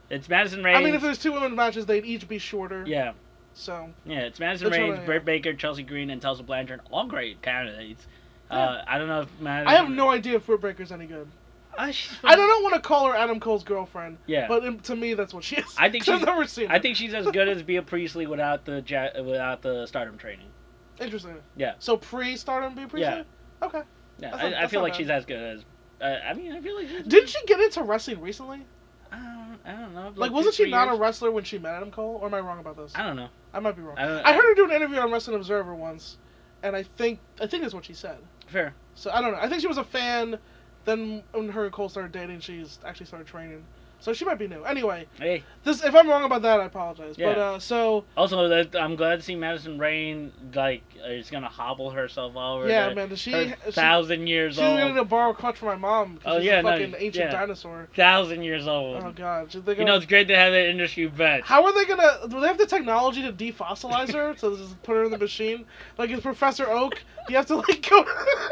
It's Madison Rayne.
I mean, if there's two women matches, they'd each be shorter.
yeah,
So,
yeah, it's Madison
That's what
Rayne,
I-
Britt Baker, Chelsea Green, and Tulsa Blanchard. All great candidates. Uh,
Yeah.
I don't know if Madison.
I have no idea if Britt Baker's any good.
Uh, she's
I don't want to call her Adam Cole's girlfriend,
Yeah.
but um, to me, that's what she is.
I think
'Cause I've
she's-
never seen.
I
her.
think she's as good as Bea Priestley without the ja- without the Stardom training.
Interesting.
Yeah.
So pre Stardom, be pre.
Yeah.
Okay.
Yeah,
That's
I,
not-
I
that's
feel
not
like
bad.
she's as good as. Uh, I mean, I feel like. She's,
Did she get into wrestling recently?
I don't, I don't know.
Like,
two,
wasn't she
three
not a
years.
wrestler when she met Adam Cole? Or am I wrong about this?
I don't know.
I might be wrong.
I don't.
I heard her do an interview on Wrestling Observer once, and I think I think that's what she said.
Fair.
So I don't know. I think she was a fan. Then when her and Cole started dating, she's actually started training. So she might be new. Anyway,
Hey.
this if I'm wrong about that, I apologize. But
Yeah.
uh, so
Also, that I'm glad to see Madison Rain like is gonna hobble herself over.
yeah,
the-
man, does she
her
she, she's
thousand years
gonna need
old.
to borrow a clutch from my mom because
Oh,
she's
yeah,
a
no,
fucking ancient
yeah.
dinosaur.
Thousand years old.
Oh god, She's- they're
you
gonna,
know, it's great to have an industry vet.
how are they gonna? Do they have the technology to defossilize her? so just put her in the machine, like in Professor Oak. You have to like go.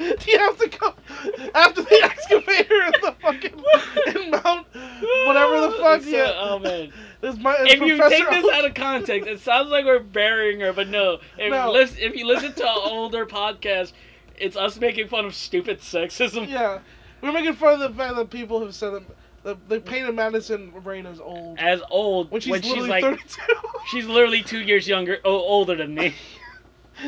You have to come after the excavator in the fucking in Mount whatever the fuck.
So-
yeah.
Oh man.
This my it's
If you
Professor
take this out of context, it sounds like we're burying her, but no. If,
No.
You listen, if you listen to our older podcasts, it's us making fun of stupid sexism.
yeah, we're making fun of the fact that people have said that, that they painted Madison Rain as old
As old
when she's literally
like
thirty-two.
she's literally two years younger, o- older than me.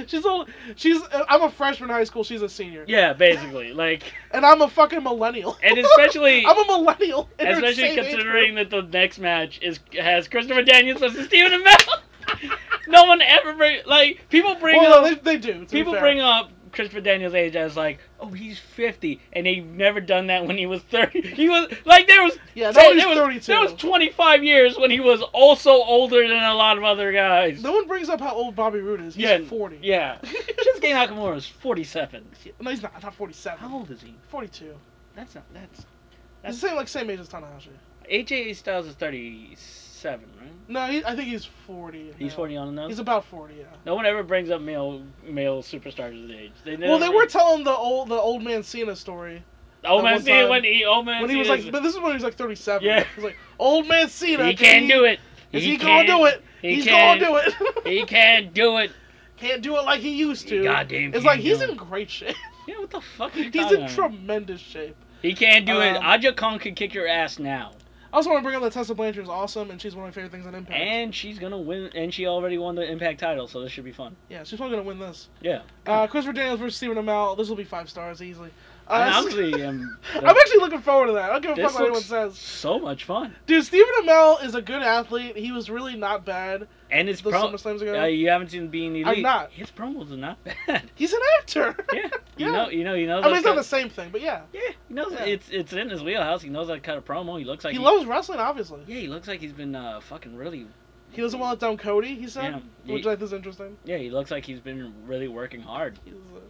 she's old. She's I'm a freshman in high school. She's a senior,
Yeah, basically, like,
and I'm a fucking millennial.
and especially
I'm a millennial. in her
especially
same age
considering
group.
that the next match is has Christopher Daniels versus Stephen Amell. no one ever bring like people bring
Well,
up
no, they, they do. to be
people
fair.
bring up Christopher Daniels' age as like, oh, he's fifty, and they've never done that when he was thirty. He was like there was
Yeah,
there,
nobody's
there was
32.
there was twenty five years when he was also older than a lot of other guys.
No one brings up how old Bobby Roode is. He's
yeah,
forty.
Yeah, Shinsuke Nakamura is forty seven.
No, he's not. Not forty-seven.
How old is he?
Forty-two.
That's not that's
He's the same like same age as Tanahashi.
AJ Styles is thirty seven, right?
No, he, I think he's forty.
He's
now.
forty on the nose.
He's about forty. Yeah.
No one ever brings up male male superstars his age. They never
Well, they were telling the old the old man Cena story
old
that
man
one
Cena
time
when he old man
when he was
Cena
like,
is-
but this is when he was like 37.
Yeah.
He's like, old man Cena.
he can't do it.
Is he,
can't,
gonna do it?
He
he's
can't,
gonna do it.
He can't do it.
can't do it like he used
He
to.
goddamn
it's like
can't
he's
do
in great shape.
Yeah, what the fuck? Are you
he's
talking
in
about?
tremendous shape.
He can't do it.
Um,
Aja Kong could kick your ass now,
I also want to bring up that Tessa Blanchard is awesome, and she's one of my favorite things on Impact.
and she's gonna win. And she already won the Impact title, so this should be fun.
yeah, she's probably gonna win this.
Yeah.
Uh, Christopher Daniels versus Stephen Amell. This will be five stars easily.
I
Uh,
honestly am.
I'm actually looking forward to that. I don't give a fuck
this
what anyone
looks
says.
so much fun,
Dude, Stephen Amell is a good athlete. He was really not bad.
and it's
The
pro.
SummerSlams ago.
Uh, you haven't seen Being Elite.
not.
His promos are not bad.
He's an actor.
Yeah. You
Yeah.
know. You know. You know.
I mean,
those
it's not
guys-
the same thing, but yeah.
Yeah, he knows
Yeah.
it's it's in his wheelhouse. He knows that kind of promo. He looks like
he loves wrestling, obviously.
Yeah, he looks like he's been uh, fucking really.
He doesn't want to let down Cody, he said,
Yeah,
which
he-
I think is interesting.
Yeah, he looks like he's been really working hard.
He's, uh,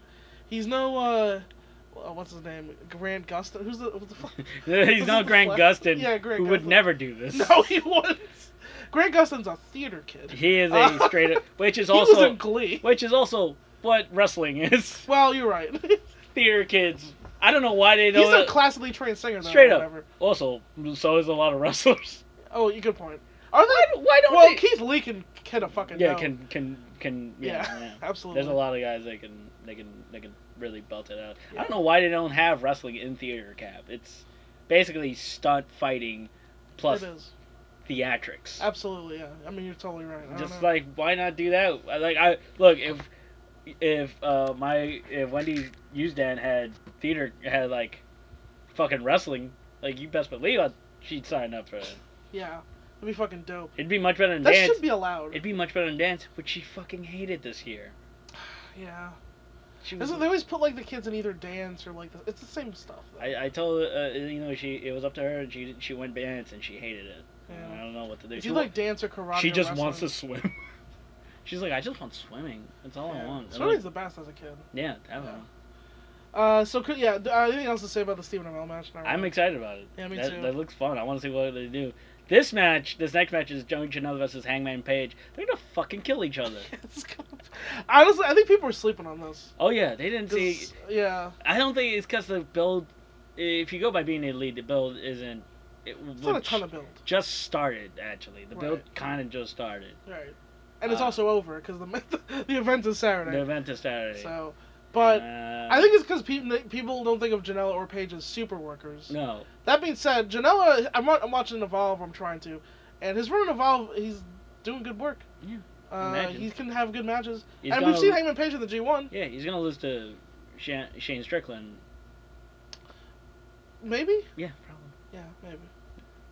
he's no, uh, uh, what's his name? Grand Gustin? Who's the, what the fuck?
he's
is
not
the
Grant
flag-
Gustin,
Yeah, Grant
who would
Gustin.
never do this.
No, he wouldn't. Grant Gustin's a theater kid.
He is a
Uh,
straight up, which is
he was
also
in Glee.
which is also what wrestling is.
Well, you're right.
Theater kids. I don't know why they
he's
don't.
a classically trained singer, though. or
straight up.
Whatever.
also, so is a lot of wrestlers.
Oh, you good point. Are they?
Why don't
Well,
they?
Keith Lee can kind of fucking
yeah,
know.
can can can yeah.
Yeah,
yeah.
absolutely.
There's a lot of guys that can they can they can really belt it out. I don't know why they don't have wrestling in theater cap. It's basically stunt fighting plus
It is
theatrics.
absolutely. Yeah, I mean you're totally right. I
Just
don't know.
like why not do that? I- Like I look if if uh my if Wendy's Usedan had theater had like fucking wrestling, like you best believe I, she'd sign up for it.
yeah, it'd be fucking dope.
It'd be much better than
That
dance.
should be allowed.
It'd be much better than dance, which she fucking hated this year.
yeah,
She
That's what- they always put like the kids in either dance or like this. It's the same stuff. though.
I, I told uh, you know she it was up to her and she she went dance and she hated it. And I
yeah.
don't know what to do.
If
She,
you
wa-
like dance or karate,
she
or
just wants to
wrestling-
swim. She's like I just want swimming. That's all I
Yeah.
want. I'm
Swimming's
like,
the best as a kid.
yeah, definitely.
Uh, so could, yeah, d- uh, anything else to say about the Stephen Amell match? Not
I'm
really.
excited about it.
Yeah, me
that,
too.
That looks fun. I want to see what they do. This match, this next match is Joey Janela versus Hangman Page. They're gonna fucking kill each other.
It's gonna- Honestly, I think people are sleeping on this.
oh yeah, they didn't see.
'Cause- Yeah,
I don't think it's because the build. If you go by being elite, the build isn't. It
it's not a
which
ton of build,
just started actually. The build
Right.
kind of just started.
right? And it's
Uh,
also over because the the event is
The
Saturday.
event is Saturday.
So, but
Uh,
I think it's because people people don't think of Janela or Paige as super workers.
no.
That being said, Janela, I'm, wa- I'm watching Evolve. I'm trying to, and his run in Evolve, he's doing good work.
Yeah,
Uh,
imagine.
he can have good matches,
He's
and
gonna,
we've seen Hangman Page in the G1.
Yeah, he's gonna lose to Shane, Shane Strickland.
Maybe,
Yeah, probably.
yeah, maybe.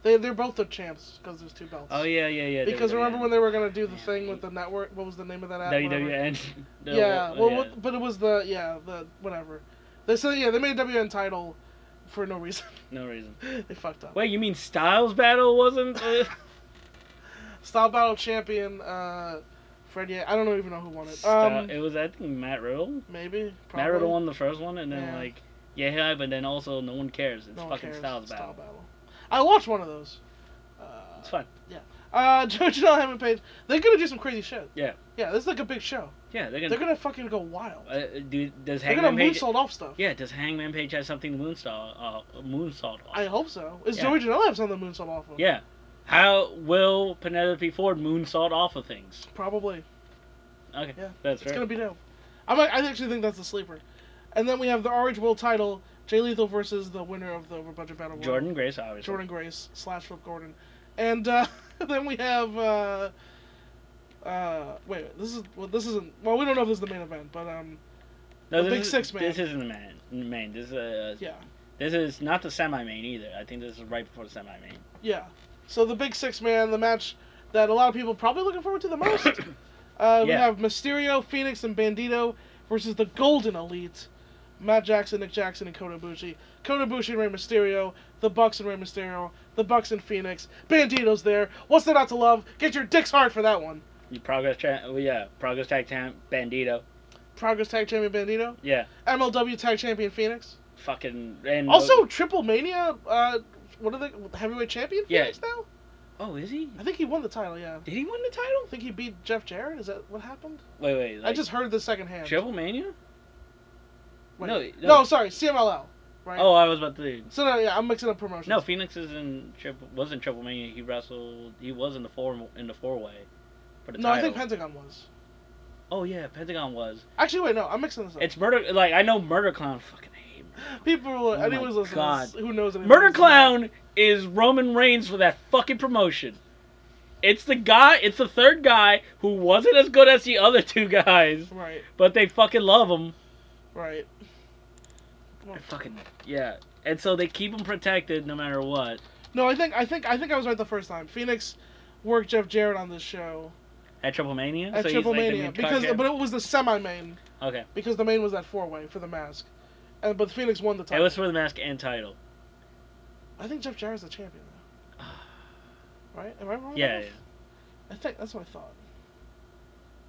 They they're both the champs because there's two belts.
Oh yeah, yeah, yeah.
Because
WWE.
remember when they were gonna do the
Yeah.
thing with the network? What was the name of that app?
E,
whatever?
WWN. The-
Yeah,
oh,
well, what- but it was the yeah the whatever. They said yeah they made a WN title for no reason.
no reason.
they fucked up.
Wait, you mean Styles battle wasn't? uh,
Style Battle Champion, uh, Fred. Yeah, I don't even know who won it.
Sty-
Um,
it was I think Matt Riddle.
maybe. Probably.
Matt Riddle won the first one, and then
Yeah.
like yeah, yeah, but then also no one cares. It's
No one
fucking
cares.
Styles battle.
I watched one of those. Uh,
It's fun.
uh, Joe Janela Hammond Page. They're gonna do some crazy shit.
Yeah.
Yeah, this is like a big show.
Yeah, they're
They're
gonna.
gonna fucking go wild.
Uh, do, does
They're gonna
Hangman Page?
moonsault off stuff.
Yeah, does Hangman Page have something to moonsault? Uh, moonsault off?
I hope so. Is
Yeah.
Joey Janela have something to moonsault off of?
Yeah. How will Penelope Ford moonsault off of things?
Probably.
Okay,
Yeah,
that's
It's
fair.
gonna be dope. I might, I actually think that's the sleeper. And then we have the RH World Title: Jay Lethal versus the winner of the Over Budget Battle Royal,
Jordan Grace, obviously.
Jordan Grace slash Flip Gordon. And uh, then we have. Uh, uh, wait, wait, this is well, this isn't well. We don't know if this is the main event, but um,
No,
the
this
Big
is,
Six man.
This isn't the man. Main. This is uh,
yeah,
this is not the semi main either. I think this is right before the semi main.
yeah. So the big six man, the match that a lot of people probably looking forward to the most. Uh, We
Yeah.
have Mysterio, Phoenix, and Bandito versus the Golden Elite. Matt Jackson, Nick Jackson, and Kota Ibushi. Kota Ibushi and Rey Mysterio. The Bucks and Rey Mysterio. The Bucks and Phoenix. Bandito's there. What's there not to love? Get your dicks hard for that one.
You progress. Tra- well, yeah, progress tag champ Bandito.
Progress Tag Champion Bandito.
Yeah,
MLW Tag Champion Phoenix.
Mm-hmm. fucking and
Also, Triple Mania. Uh, what are they? Heavyweight Champion
Yeah.
Phoenix now?
Oh, is he?
I think he won the title. Yeah.
Did he win the
I
title?
think he beat Jeff Jarrett. Is that what happened?
Wait, wait.
I
like,
just heard this secondhand.
Triple Mania.
Wait.
No,
No,
no.
sorry, CMLL. Right.
Oh, I was about to.
So no, yeah, I'm mixing up promotions.
No, Phoenix is in triple. Was in Triple Mania. He wrestled. He was in the four in the four way. For the
no, I
title.
think Pentagon was.
oh yeah, Pentagon was.
Actually, wait, no, I'm mixing this up.
It's murder. Like I know Murder Clown. Fucking hate. Murder
People, who-
oh my
anyone's listening, to this, who knows?
Clown.
anything
Murder
about this.
Clown is Roman Reigns for that fucking promotion. It's the guy. It's the third guy who wasn't as good as the other two guys,
Right,
but they fucking love him.
right. Well,
I fucking yeah. And so they keep him protected no matter what.
No, I think, I think, I think I was right the first time. Phoenix worked Jeff Jarrett on this show
At Triple Mania.
at
so
Triple
he's like
Mania
the
because, but it was the semi-main
okay,
because the main was that four-way for the mask, and but Phoenix won the
it
title.
was for the mask and title.
I think Jeff Jarrett's the champion though. Right? Am I wrong? on
Yeah,
that?
yeah,
I think that's what I thought.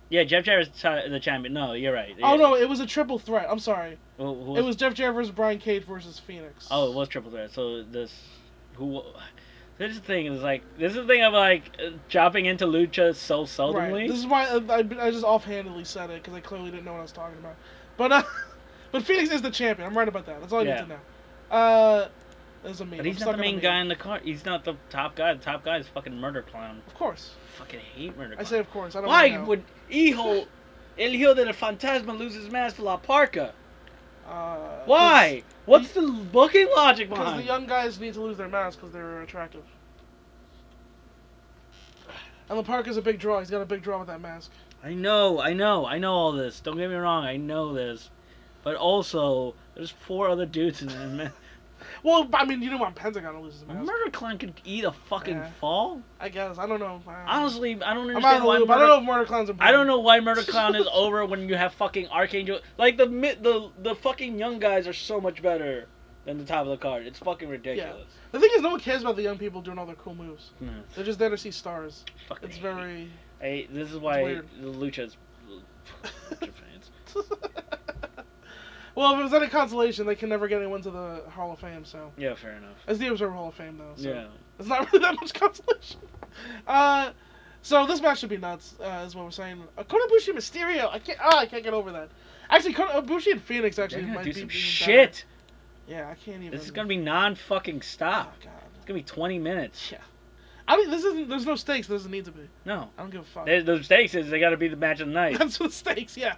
yeah. Jeff Jarrett's ti- the champion. No, you're right.
Oh no, it was a triple threat. I'm sorry.
Who- who
It was Jeff Jarrett versus Brian Cage versus Phoenix.
Oh, it was triple threat. So this, who, this is the thing is like this is the thing of like uh, chopping into lucha so
Right.
seldomly.
This is why I, I, I just offhandedly said it because I clearly didn't know what I was talking about. But uh, but Phoenix is the champion. I'm right about that. That's all I
Yeah.
need to know. Uh, there's a meme.
But
I'm
he's
stuck
not
on
the
a
main
meme.
guy in the car. He's not the top guy. The top guy is fucking Murder Clown.
Of course.
Fucking hate Murder
I
Clown.
say of course. I don't
Why
know.
would Hijo, El Hijo de la Fantasma lose his mask for La Parca?
Uh,
Why? What's the fucking logic
Because the
behind? it?
young guys need to lose their masks because they're attractive. And Lapark is a big draw. He's got a big draw with that mask.
I know, I know, I know all this. Don't get me wrong, I know this. But also, there's four other dudes in that mask.
Well, I mean, you know what? Pentagon will lose his mask.
Murder Clown could eat a fucking
Yeah.
fall.
I guess. I don't know.
Honestly, I don't
I'm out of
understand
the
why.
loop.
Murder,
I don't know if Murder Clown's important.
why Murder Clown is over when you have fucking Archangel. Like the mi- the the fucking young guys are so much better than the top of the card. It's fucking ridiculous.
The thing is, no one cares about the young people doing all their cool moves.
No.
They're just there to see stars.
Fucking
It's
hate
very.
it. I- this is why
weird.
the Lucha's Lucha fans.
well, if it was any consolation, they can never get anyone to the Hall of Fame. So
Yeah, fair enough.
it's the Observer Hall of Fame, though. So
Yeah.
it's not really that much consolation. Uh, so this match should be nuts, uh, is what we're saying. Uh, Konobushi Mysterio, I can't. Ah, I can't get over that. Actually, Konobushi and Phoenix
They're
actually
gonna
might
do
be
some
even better.
shit.
Yeah, I can't even.
This is gonna be non fucking
Oh
stop.
God.
It's gonna be 20 minutes.
Yeah. I mean, this isn't. There's no stakes. There doesn't need to be.
No.
I don't give a fuck.
There's, the stakes is they gotta be the match of the night.
That's what stakes, yeah.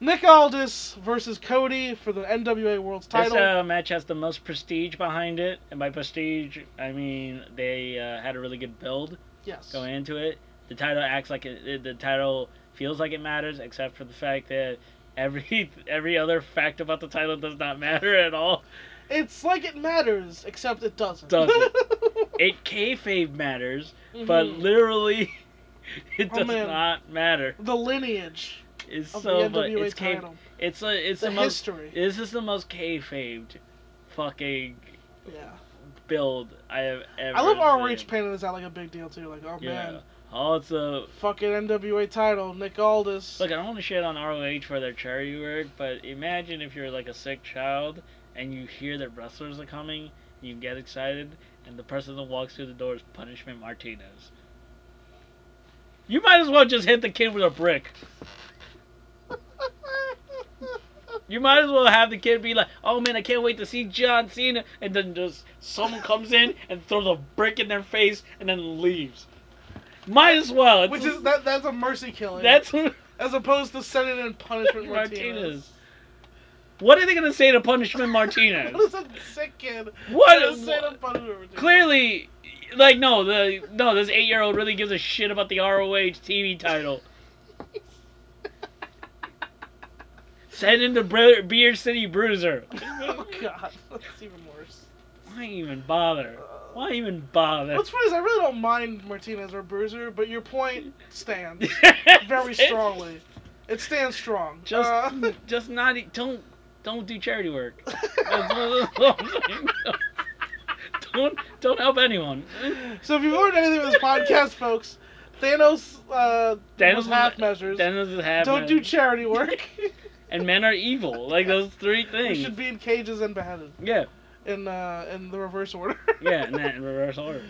Nick Aldis versus Cody for the NWA World's
This
title.
uh, match has the most prestige behind it, and by prestige, I mean they uh, had a really good build
yes.
going into it. The title acts like it, it- the title feels like it matters, except for the fact that every every other fact about the title does not matter at all.
It's like it matters, except it doesn't.
Doesn't. It kayfabe matters, but
Mhm.
literally, it
Oh,
does
man.
not matter.
the lineage
It's
of
so
the
much.
NWA
It's kay,
title.
It's a, it's
The,
the, most.
history.
This is the most kayfabed, fucking
yeah.
build I have ever.
I love
seen.
ROH painting this out like a big deal too. Like, oh
Yeah.
man,
Oh, it's a
fucking NWA title, Nick Aldis.
look. I don't want to shit on ROH for their charity work, but imagine if you're like a sick child and you hear that wrestlers are coming, you get excited, and the person that walks through the door is Punishment Martinez. You might as well just hit the kid with a brick. You might as well have the kid be like, "Oh man, I can't wait to see John Cena," and then just someone comes in and throws a brick in their face and then leaves. Might as well. It's
Which is that that's a mercy killing.
that's what
as opposed to Senate and punishment Martinez.
Martinez. What are they gonna say to Punishment Martinez?
what is a sick kid?
What-
gonna say to punishment Martinez?
Clearly, like no, the no, this eight-year-old really gives a shit about the ROH TV title. Send him to Bre- Beer City Bruiser.
Oh god, that's even worse.
Why even bother? Why even bother?
What's funny is I really don't mind Martinez or Bruiser, but your point stands very strongly. It stands strong.
Just,
Uh,
just not. e- Don't, don't do charity work.
Uh,
That's what- that's what I'm saying. don't, don't help anyone.
so if you've learned anything from this podcast, folks, Thanos, uh,
Thanos
was
is-
half measures.
Dennis is happy.
don't do charity work.
and men are evil. Like those three
we
things.
should be in cages and beheaded
Yeah,
in uh, in the reverse order.
yeah, and that in reverse order.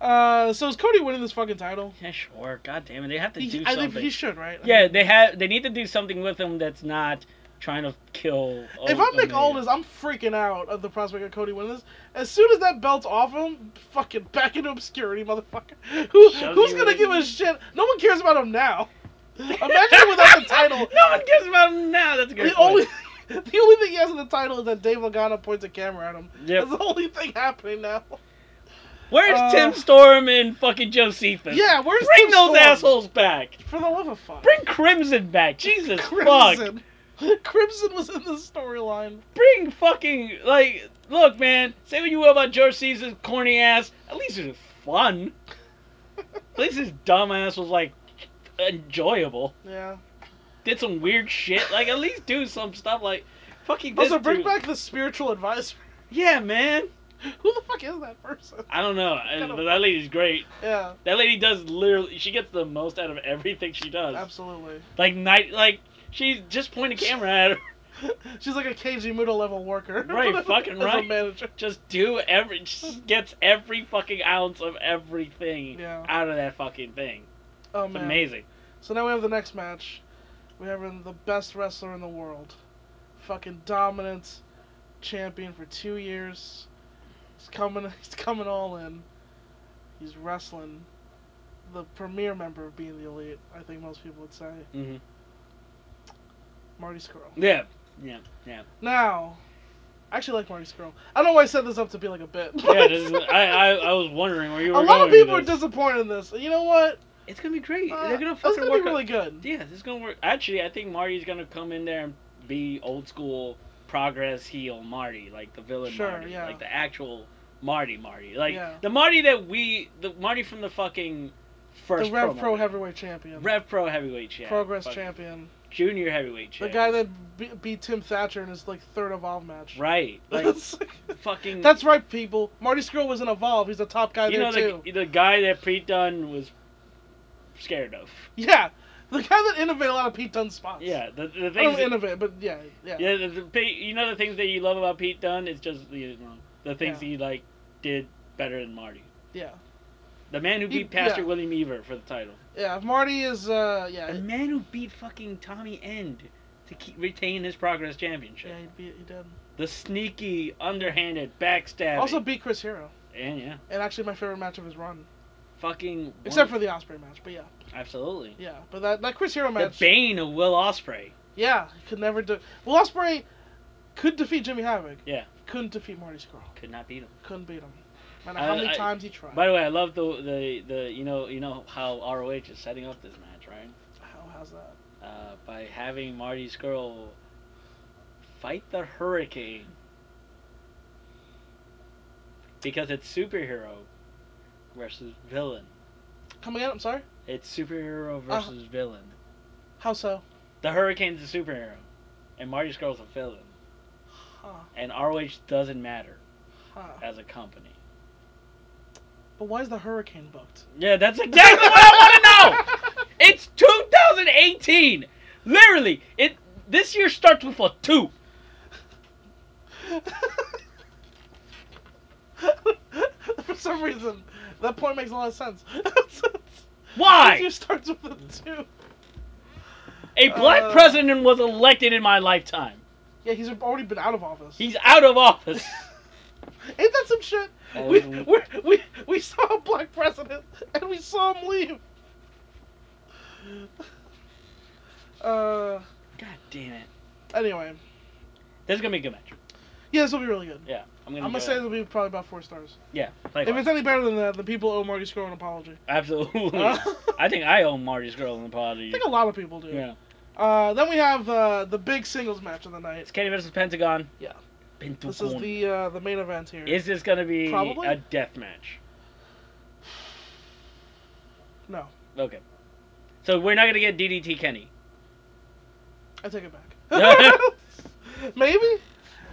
Uh, so is Cody winning this fucking title?
Yeah, sure. God damn it, they have to
He-
do
I think
something.
he should, right? I
yeah,
mean,
they have. They need to do something with him that's not trying to kill.
if I'm Nick Aldis, I'm freaking out of the prospect of Cody winning this. As soon as that belt's off him, fucking back into obscurity, motherfucker. Who,
Shove
who's
you
gonna
in.
give a shit? No one cares about him now. Imagine without the title.
no one cares about him now. That's a good.
The
point.
only, the only thing he has in the title is that Dave Logano points a camera at him.
Yep.
That's the only thing happening now.
Where's
Uh,
Tim Storm and fucking Josephus?
Yeah, where's
Bring
Tim
those
Storm?
assholes back.
For the love of fuck.
Bring Crimson back. Jesus fuck.
Crimson. Crimson was in the storyline.
Bring fucking like look, man. Say what you will about George Caesar's corny ass. At least it was fun. At least his dumb ass was like enjoyable.
Yeah.
Did some weird shit. Like at least do some stuff like fucking this
Also, bring
dude.
back the spiritual advisor.
Yeah, man.
Who the fuck is that person?
I don't know,
Kinda-
but that lady's great.
Yeah,
That lady does literally. She gets the most out of everything she does.
absolutely.
Like night, like she just point a camera at her.
She's like a KG Muda level worker.
Right, fucking
As
right.
A manager.
Just do every, just gets every fucking ounce of everything
Yeah.
out of that fucking thing.
Oh
It's
man.
amazing.
So now we have the next match. We have the best wrestler in the world, fucking dominant champion for two years. He's coming. He's coming all in. He's wrestling. The premier member of being the elite, I think most people would say,
hmm
Marty Skrull.
Yeah,
Now, I actually like Marty Skrull. I don't know why I set this up to be like a bit.
yeah. This is, I, I, I was wondering where you were
a
going.
lot of
with
people are
this.
disappointed in this. You know what?
It's gonna be great.
Uh,
They're gonna
this is
fucking work.
be really
on,
good.
yeah, this is gonna work. Actually, I think Marty's gonna come in there and be old school progress heel Marty, like the villain
Sure,
Marty,
yeah.
like the actual Marty Marty, like
Yeah.
the Marty that we, the Marty from the fucking first
the Rev
promo.
Pro heavyweight champion,
Rev Pro heavyweight champ.
Progress
fucking
champion,
Junior heavyweight
the
champ.
guy that be- beat Tim Thatcher in his like third Evolve match.
Right. Like
That's-
fucking.
That's right, people. Marty Skrull was in Evolve. He's a top guy
you
there
know
too.
the, the guy that Pete Dunne was scared of.
Yeah, the guy that innovated a lot of Pete Dunne spots.
Yeah. The, the
I
things.
don't
That,
innovate, but yeah, yeah.
yeah. The, the, Pete- you know the things that you love about Pete Dunne is just the, the things
Yeah.
he like did better than Marty.
yeah.
The man who
He-
beat Pastor
yeah.
William Eaver for the title.
Yeah, if Marty is, uh, yeah,
The man who beat fucking Tommy End to keep, retain his Progress Championship.
yeah, he, beat, he did.
The sneaky, underhanded, backstabbing.
Also beat Chris Hero,
and yeah,
and actually my favorite match of his run,
fucking. won-
except for the Osprey match. But yeah,
absolutely.
yeah, but that that Chris Hero
The
match,
bane of Will Osprey.
yeah, he could never do. Well, Osprey could defeat Jimmy Havoc.
Yeah.
couldn't defeat Marty Skrull.
Could not beat him.
Couldn't beat him. No matter how
Uh,
many
I-
times he tried.
By the way, I love the the, the you know you know how ROH is setting up this match, right?
how, how's that?
Uh, by having Marty Skrull fight the Hurricane because it's superhero versus villain.
Come again? I'm sorry.
It's superhero versus villain.
How so?
The Hurricane's a superhero, and Marty Skrull's a villain,
Huh.
and ROH doesn't matter
Huh.
as a company.
But why is the hurricane booked?
Yeah, that's exactly what I want to know. It's 2018. Literally, it this year starts with a two.
For some reason, that point makes a lot of sense.
Why?
It starts with a two.
A black
Uh.
president was elected in my lifetime.
Yeah, he's already been out of office.
He's out of office.
Ain't that some shit?
Oh,
we,
yeah.
we, we, we saw a black president and we saw him leave. Uh,
God damn it.
anyway,
This is gonna be a good match.
yeah, this will be really good.
Yeah,
I'm
I'm gonna.
gonna
do
say
that.
it'll be probably about four stars.
yeah.
If
Likewise.
it's any better than that, the people owe Marty Scurll an apology.
Absolutely.
Uh,
I think I owe Marty's girl an apology.
I think a lot of people do.
Yeah.
Uh, then we have uh, the big singles match of the night.
It's Kenny versus Pentagon.
Yeah.
Been through
This is
corn.
the uh, the main event here.
Is this gonna be
Probably.
a death match?
No,
Okay. So we're not gonna get DDT Kenny.
I take it back. Maybe. I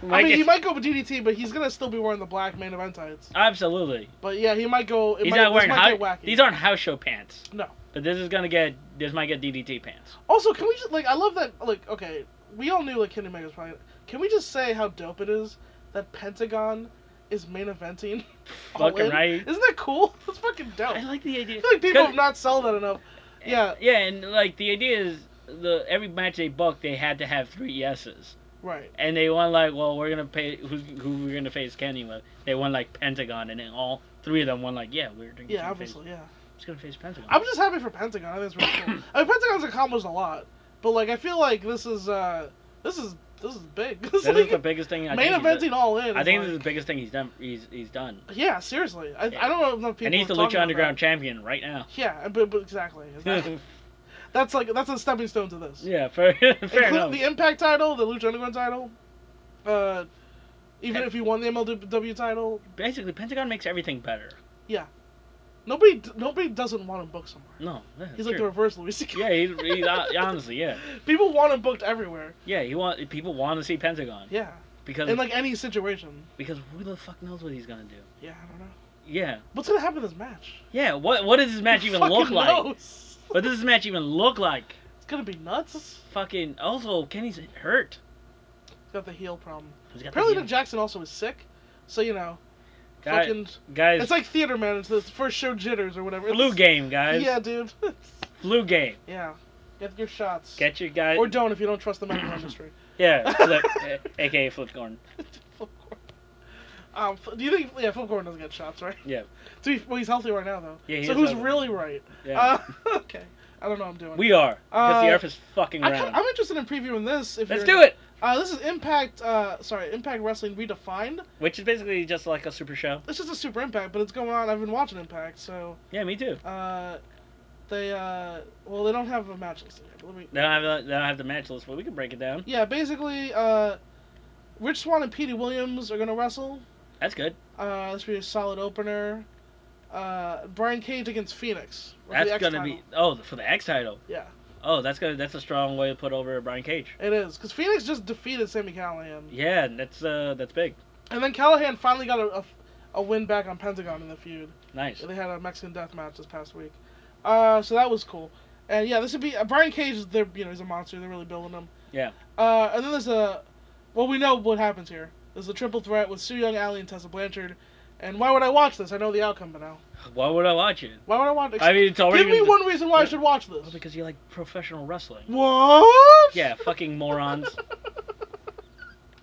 mean,
Mike-
he might go with DDT, but he's gonna still be wearing the black main event tights.
Absolutely.
But yeah, he might go. It
He's
might,
not wearing
this might
hou-
get wacky.
these aren't house show pants.
No.
But this is gonna get this might get DDT pants.
Also, can we just like I love that like okay, we all knew like Kenny Omega's probably. Can we just say how dope it is that Pentagon is main eventing? All
Fucking
In?
right.
Isn't that cool? That's fucking dope.
I like the
I
idea.
feel like people
'Cause-
have not sold that enough. Oh. Yeah,
Yeah, and like the idea is the every match they booked they had to have three yeses.
right.
And they won like, well, we're gonna pay who's who we're gonna face Kenny with. They won like Pentagon, and then all three of them won like, yeah, we're gonna
Yeah,
face,
obviously, yeah.
just gonna face Pentagon.
I'm just happy for Pentagon. I think it's really cool. I mean, Pentagon's accomplished a lot, but like I feel like this is uh this is this is big. This
this
is
is the
like,
biggest thing. I
main
think he's
eventing all in.
done. I think
like,
this is the biggest thing he's done. He's he's done.
Yeah, seriously. I,
Yeah.
I don't know if enough people.
and he's the
are talking
Lucha
about
Underground
that.
champion right now.
Yeah, but, but exactly. Is that- That's like that's a stepping stone to this.
yeah, fair, fair
Including
enough.
the Impact title, the Lucha Underground title. Uh, even
And-
if you won the MLW title,
Basically, Pentagon makes everything better.
nobody nobody doesn't want him booked somewhere.
No, yeah,
He's like the
true.
reverse Louis C.K.
yeah, he's, he's honestly, yeah,
People want him booked everywhere.
yeah. He want people want to see Pentagon
Yeah,
because
in like any situation.
because who the fuck knows what he's gonna do?
Yeah, I don't know.
Yeah,
What's gonna happen in this match?
yeah. What what does this match
Who
even
fucking
look like?
knows?
What does this match even look like?
It's gonna be nuts.
Fucking also, Kenny's hurt.
He's got the heel problem.
He's got the
Apparently,
heel.
Nick Jackson also is sick, so you know,
Guy-
fucking.
guys.
It's like theater man. It's the first show jitters or whatever.
flu
It's-
game, guys.
Yeah, dude.
Flu game.
yeah, get your shots.
Get your guys.
or don't if you don't trust the medical industry.
yeah, flip, eh, aka Flip Gordon.
Flip Gordon. Um, f- do you think yeah, Flip Gordon doesn't get shots, right?
Yeah.
So he, well, he's healthy right now though.
Yeah, he
so
is
who's
healthy.
really right?
Yeah.
Uh, okay. I don't know. what I'm doing.
we are because the
Uh,
earth is fucking
I kinda,
round.
I'm interested in previewing this. If
Let's
you're-
do it.
Uh, this is Impact. Uh, sorry, Impact Wrestling Redefined.
Which is basically just like a super show.
This is a Super Impact, but it's going on. I've been watching Impact, so
Yeah, me too.
uh, they uh, well, they don't have a match list yet. but Let me.
They don't have they don't have the match list, but we can break it down.
Yeah, basically, uh, Rich Swan and Petey Williams are gonna wrestle.
That's good.
Uh, this will be a solid opener. Uh, Brian Cage against Phoenix. for the
That's
X
gonna
title.
be oh for the X title.
Yeah.
Oh, that's gonna that's a strong way to put over Brian Cage.
It is because Phoenix just defeated Sammy Callahan,
Yeah, that's uh that's big.
and then Callahan finally got a, a, a win back on Pentagon in the feud.
Nice.
They had a Mexican death match this past week, uh, so that was cool. And yeah, this would be uh, Brian Cage. is They're you know he's a monster. They're really building him.
Yeah.
Uh, and then there's a, well we know what happens here. There's a triple threat with Sue Young, Alley, and Tessa Blanchard. And why would I watch this? I know the outcome by now.
Why would I watch it?
Why would I watch? it?
I mean, it's already
Give me
been-
one reason why I should watch
Well,
this.
because you like professional wrestling.
What?
Yeah, fucking morons.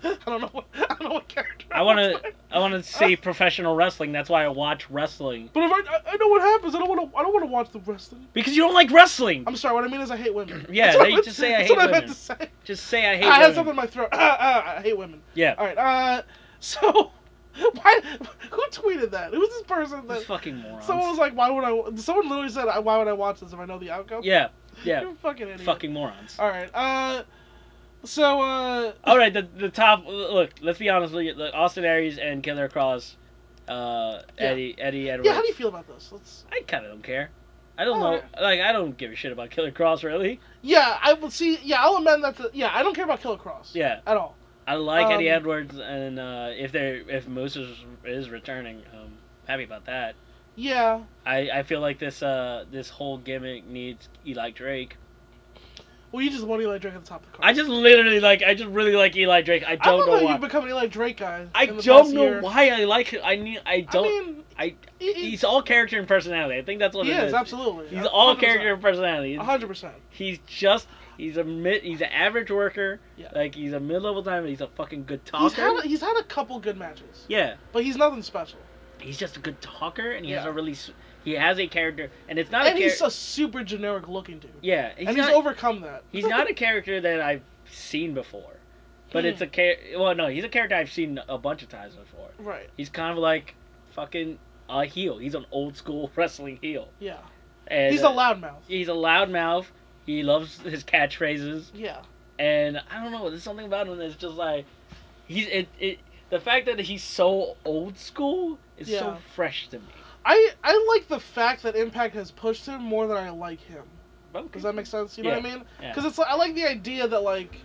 I don't know. What, I don't know what character.
I wanna I wanna see professional wrestling. That's why I watch wrestling.
But if I, I, I know what happens, I don't want to. I don't want to watch the wrestling.
Because you don't like wrestling.
I'm sorry. What I mean is, I hate women.
Yeah,
That's what
they
meant-
just say I
that's
hate
what I meant to
women.
say.
Just say I hate.
I
women.
had something in my throat. Ah, ah, I hate women.
Yeah.
All right. Uh, so why? Who tweeted that? Who's this person
These
that?
fucking morons.
Someone was like, "Why would I?" Someone literally said, "I- "Why would I watch this if I know the outcome?"
Yeah, yeah.
You're a fucking idiot.
Fucking morons.
All right. Uh, so uh,
All right, the the top. Look, let's be honest. Look, look, Austin Aries and Killer Cross, uh,
Yeah.
Eddie Eddie Edwards.
yeah, how do you feel Oh, about this? Let's.
I kind of don't care. I don't know.
Alright.
Like, I don't give a shit about Killer Cross really.
Yeah, I will see. Yeah, I'll amend that. To, yeah, I don't care about Killer Cross.
Yeah,
At all.
I like Eddie
Um,
Edwards, and uh, if they if Moose is, is returning, um, happy about that.
Yeah.
I, I feel like this uh this whole gimmick needs Eli Drake.
Well, you just want Eli Drake at the top of the card.
I just literally like. I just really like Eli Drake. I
I
don't
love
know
how
why.
you've become an Eli Drake guy.
I
in the
don't
past
know
year.
why I like him. I need. I don't.
I mean,
I-
he, he-
he's all character and personality. I think that's what
he
it
is
is.
absolutely.
He's all character and personality.
A hundred percent.
He's just. He's a mid. He's an average worker.
Yeah.
Like he's a mid-level time. He's a fucking good talker.
He's had a, he's had a couple good matches,
yeah.
but he's nothing special.
He's just a good talker, and he has
Yeah.
a really. s- He has a character, and it's not
and
a character.
he's a super generic looking dude.
yeah, he's
and
not.
he's overcome that.
he's not a character that I've seen before, but it's a
Hmm.
char- Well, no, he's a character I've seen a bunch of times before.
right.
He's kind of like fucking a heel. He's an old school wrestling heel.
Yeah.
And
He's a
uh,
loudmouth.
he's a loudmouth. He loves his catchphrases,
Yeah.
and I don't know. There's something about him that's just like he's it. it the fact that he's so old school is so
Yeah.
fresh to me.
I I like the fact that Impact has pushed him more than I like him. Does that make sense? You know what I mean?
Yeah.
Because it's like, I like the idea that like.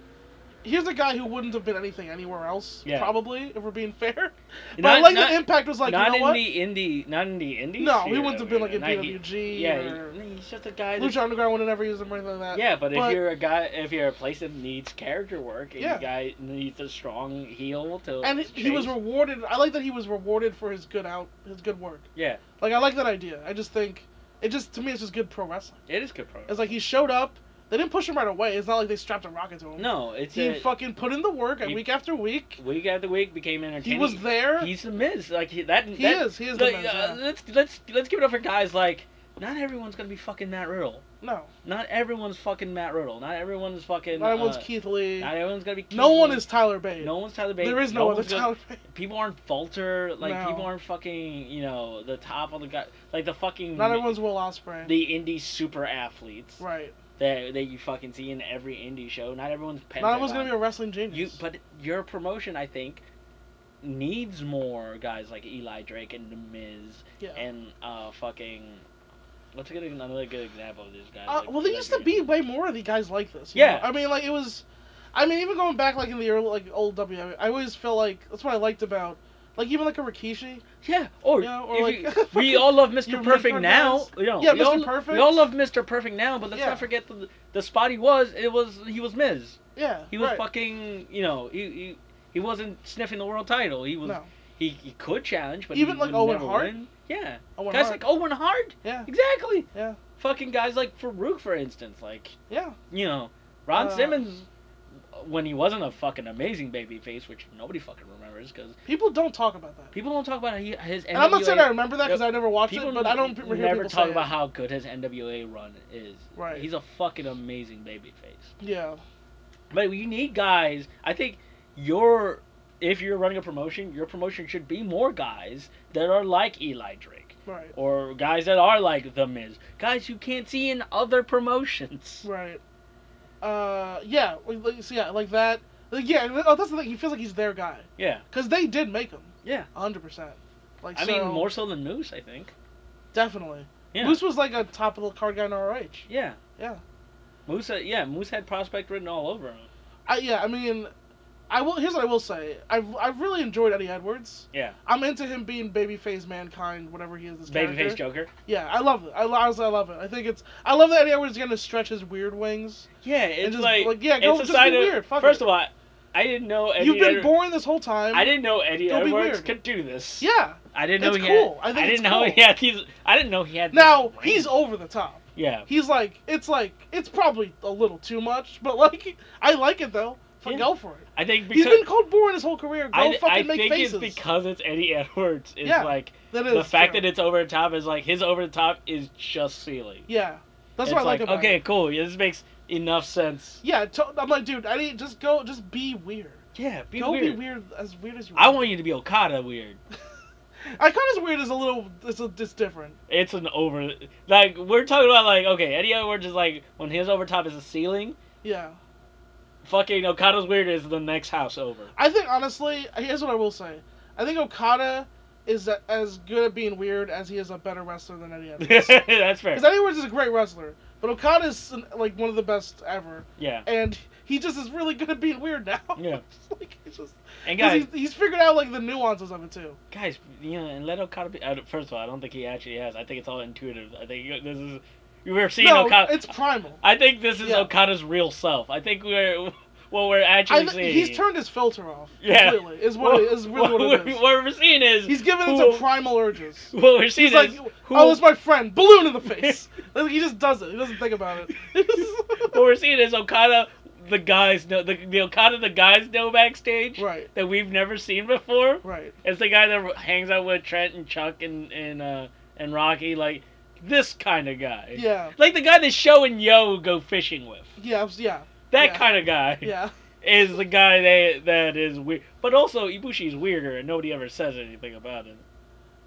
Here's a guy who wouldn't have been anything anywhere else,
Yeah.
probably, if we're being fair. But
Not-
I like
not-
that Impact was like, you
not
know
in
what?
the indie, not in the indie.
no, he
sphere,
wouldn't have
though,
been like
you
in
know, not he-
PWG
yeah, he-
or
he's just a guy. That,
Lucha Underground would have never used him or anything like that.
yeah, but if
but-
you're a guy, if you're a place that needs character work, and
Yeah.
the guy needs a strong heel to.
And he, he was
chase-
rewarded. I like that he was rewarded for his good out, his good work.
Yeah.
Like I like that idea. I just think it just to me it's just good pro wrestling.
It is good program.
It's like he showed up. They didn't push him right away. It's not like they strapped a rocket to him.
no, it's
He
a,
fucking put in the work and
he-
week after week.
week after week became entertaining.
He was there.
He's the Miz. Like he, that.
He
that,
is. He is the
like,
Miz,
uh,
yeah.
Let's let's let's give it up for guys like. Not everyone's gonna be fucking Matt Riddle.
no,
Not everyone's fucking Matt Riddle. Not everyone's fucking.
not everyone's
uh,
Keith Lee.
Not everyone's gonna be. Keith
No one
Lee.
is Tyler Bate.
No one's Tyler Bate.
there is no, other
one's gonna-
Tyler Bate.
people aren't falter like
No.
people aren't fucking you know the top of the guy like the fucking
Not everyone's Will Ospreay.
the indie super athletes
right.
that that you fucking see in every indie show. Not everyone's
Not everyone's gonna be a wrestling genius.
you, but your promotion I think needs more guys like Eli Drake and The Miz
yeah.
and uh fucking. What's a good another good example of these guys?
Uh,
like
well, there
Eli
used to
Drake
be
and-
way more of the guys like this.
Yeah.
know? I mean, like it was, I mean, even going back like in the early like old WWE, I always feel like that's what I liked about, like even like a Rikishi.
Yeah, or,
Yeah, or
if
like-
you- we all love
Your
Mr.
Mr.
Perfect now.
guys.
You know,
Yeah,
we
Mr.
all-
Perfect.
We all love Mr. Perfect now, but let's
Yeah.
not forget the the spot he was. It was he was Miz.
Yeah.
He was
right.
fucking. You know, he, he he wasn't sniffing the world title. He was
No.
he, he could challenge, but
Even
he
like
would
Owen
never
Hart?
win. Yeah,
Owen
guys
Hart.
like Owen Hart.
Yeah.
Exactly.
Yeah.
Fucking guys like Farouk, for instance. Like
Yeah.
you know, Ron
Uh,
Simmons. When he wasn't a fucking amazing baby face, which nobody fucking remembers, because
People don't talk about that.
people don't talk about he, his.
And I'm not saying
NWA
I remember that because I never watched
People
it, but I don't
n-
hear
never
people
talk
say
about
it.
how good his NWA run is.
Right.
He's a fucking amazing babyface.
Yeah.
But you need guys. I think your if you're running a promotion, your promotion should be more guys that are like Eli Drake
Right.
or guys that are like The Miz, guys you can't see in other promotions.
Right. Uh. Yeah. Like, like so yeah. Like that. Like, yeah. and- Oh, that's the thing. He feels like he's their guy
Yeah.
because they did make him.
Yeah.
A Hundred percent. Like
I
so,
mean, more so than Moose, I think.
definitely.
Yeah.
Moose was like a top of the card guy in ROH.
Yeah.
Yeah.
Moose, had- yeah, Moose had prospect written all over him.
I, yeah, I mean, I will. Here's what I will say. I've I've really enjoyed Eddie Edwards.
Yeah.
I'm into him being babyface mankind, whatever he is. This character.
Babyface Joker.
Yeah, I love it. I lo- honestly I love it. I think it's. I love that Eddie Edwards is gonna stretch his weird wings.
Yeah,
and
it's
just,
like,
yeah, go
it's a
just
side
be
of-
weird. Fuck
First
it.
of all, I- I didn't know Eddie
you've been
Edwards-
boring this whole time.
I didn't know Eddie
Don't be
Edwards
weird.
could do this.
Yeah.
I didn't know
It's
he
cool. I
had.
think
I,
it's
didn't know
cool.
he had these. I didn't know he had. this
Now
range.
he's over the top.
Yeah.
He's like, it's like, it's probably a little too much, but like, I like it though. For
Yeah.
go for it.
I think
he's
because
been called boring his whole career. Go
I,
fucking
I
make
think
faces.
it's because it's Eddie Edwards. It's
Yeah,
like
that is
the fact
true.
that it's over the top is like his over the top is just ceiling.
Yeah, that's
it's
what I like, about it.
okay, cool. Yeah, this makes enough sense.
Yeah, to- I'm like, dude, I need just go, just be weird.
Yeah, be
go
weird.
be weird as weird as you.
I want you to be Okada weird.
I kind of weird is a little, it's, a, it's different.
It's an over. Like we're talking about like okay, Eddie Edwards is like when his over top is a ceiling.
Yeah,
Fucking Okada's weird is the next house over.
I think honestly, here's what I will say. I think Okada is a, as good at being weird as he is a better wrestler than Eddie Edwards.
That's fair.
Because Eddie Edwards is a great wrestler, but Okada is like one of the best ever,
Yeah.
and he just is really good at being weird now.
Yeah.
It's like it's just
And
'cause
guys,
he's, he's figured out like the nuances of it too.
guys, you know, and let Okada be. I don't- First of all, I don't think he actually has. I think it's all intuitive. I think this is We were seeing
No,
Okada.
it's primal.
I think this is
Yeah.
Okada's real self. I think we're what we're actually
I,
seeing.
he's turned his filter off.
Yeah.
Completely. Is what it, is really what, it
we're,
is.
what we're seeing is
He's giving into
who-
primal urges.
What we're seeing
He's like,
is
oh, it's my friend, balloon in the face. Like, he just does it. He doesn't think about it.
what we're seeing is Okada, the guys know the, the Okada the guys know backstage
right,
that we've never seen before.
right.
It's the guy that hangs out with Trent and Chuck and and uh, and Rocky, like this kind of guy.
Yeah,
Like the guy that Show and Yo go fishing with.
yeah, I was- yeah,
That
Yeah.
kind of guy
yeah.
is the guy that that is weird. But also Ibushi's weirder, and nobody ever says anything about it.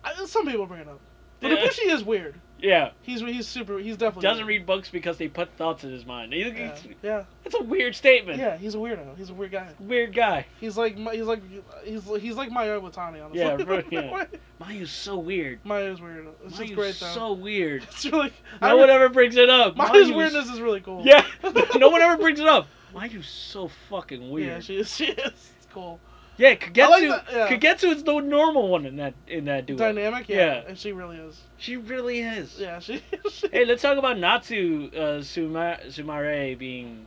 I, some people bring it up, but
Yeah.
Ibushi is weird.
Yeah,
He's he's super. He's definitely
doesn't
weird.
read books because they put thoughts in his mind. He- It's,
Yeah,
it's a weird
yeah,
statement.
yeah. He's a weirdo. He's a weird guy.
Weird guy.
He's like my- he's like he's he's like Maya Watani honestly.
Yeah, right, yeah. Mayu's so weird.
Maya's weird. It's just
Mayu's
great though.
so weird.
It's really. I
No one ever brings it up.
Maya's
Mayu's-
weirdness is really cool.
Yeah. no one ever brings it up. Mayu's so fucking weird.
Yeah, she is. She is. It's cool.
Yeah, Kagetsu.
I like that- yeah.
Kagetsu is the normal one in that in that duo.
Dynamic. Yeah,
Yeah.
And she really is.
She really is.
Yeah. She. she
Hey, let's talk about Natsu uh, Suma- Sumare being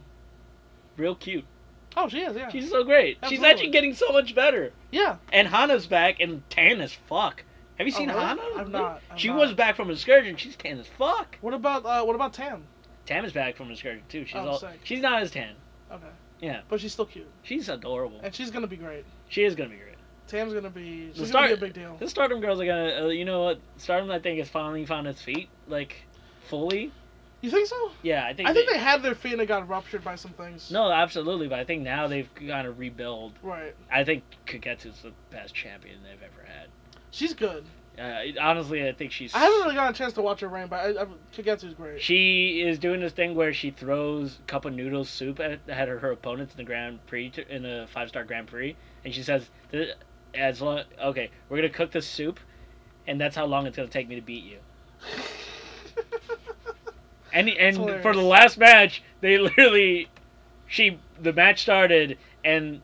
real cute.
oh, she is. Yeah.
She's so great. She's
Absolutely.
actually getting so much better.
yeah.
And Hana's back and tan as fuck. Have you
Oh,
seen
really?
Hana?
I've not, I've
she
not.
was back from excursion. She's tan as fuck.
What about uh, what about Tam?
Tam is back from excursion too. She's
Oh,
all.
sick.
She's not as tan.
Okay.
Yeah.
But she's still cute,
She's adorable.
and she's gonna be great.
She is gonna be great.
Tam's gonna be. She's
start-
gonna be a big deal.
The Stardom girls are gonna. Uh, you know what? Stardom I think has finally found its feet. Like, fully.
You think so?
Yeah, I think.
I think they had their feet and it got ruptured by some things.
No, absolutely, but I think now they've got to rebuild.
Right.
I think Kagetsu's the best champion they've ever had.
She's good.
Uh, honestly, I think she's.
I haven't really gotten a chance to watch her reign, but I, I, Kagetsu's great.
She is doing this thing where she throws a cup of noodle soup at, at her, her opponents in the Grand Prix, t- in the five star Grand Prix, and she says, "Th- "As long, okay, we're gonna cook this soup, and that's how long it's gonna take me to beat you." And and
hilarious.
for the last match, they literally, she the match started and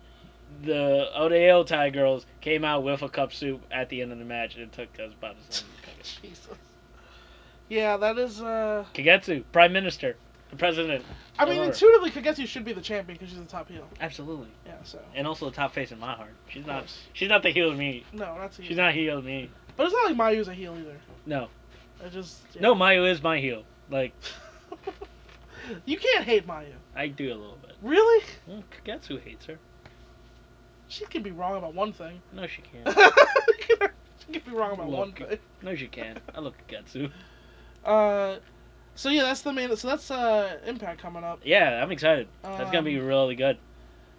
the Odeo Thai girls came out with a cup soup at the end of the match, and it took us about as long to cook it.
Jesus. Yeah, that is. uh...
Kagetsu, Prime Minister, the President,
I mean,
Sure.
intuitively, Kagetsu should be the champion because she's the top heel.
absolutely,
Yeah. So.
and also the top face in my heart. She's not.
course.
She's not the heel of me.
No, not to
She's
you.
not heel of me.
But it's not like Mayu's a heel either.
No,
I just. yeah.
no, Mayu is my heel. Like
you can't hate Mayu.
I do a little bit.
Really?
Mm, Kagetsu hates her.
She can be wrong about one thing.
No, she can't.
she can be wrong about
Love
one
Ka-
thing.
No, she can't. I love Kagetsu.
Uh, so yeah, that's the main. So that's uh, Impact coming up.
Yeah, I'm excited. That's gonna be
Um,
really good.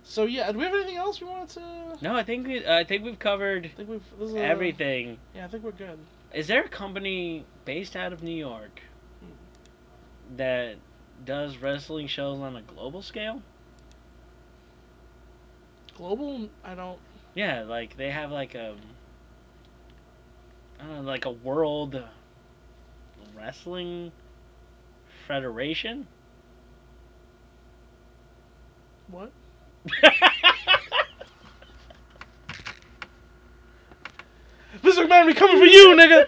So yeah, do we have anything else we wanted to? I
No, I think we, I think we've covered
think we've this is, uh,
everything.
Yeah, I think we're good.
Is there a company based out of New York that does wrestling shows on a global scale?
Global, I don't.
Yeah, like they have like a I don't know, like a world wrestling federation.
What? Mr. McMahon, we coming for you, nigga.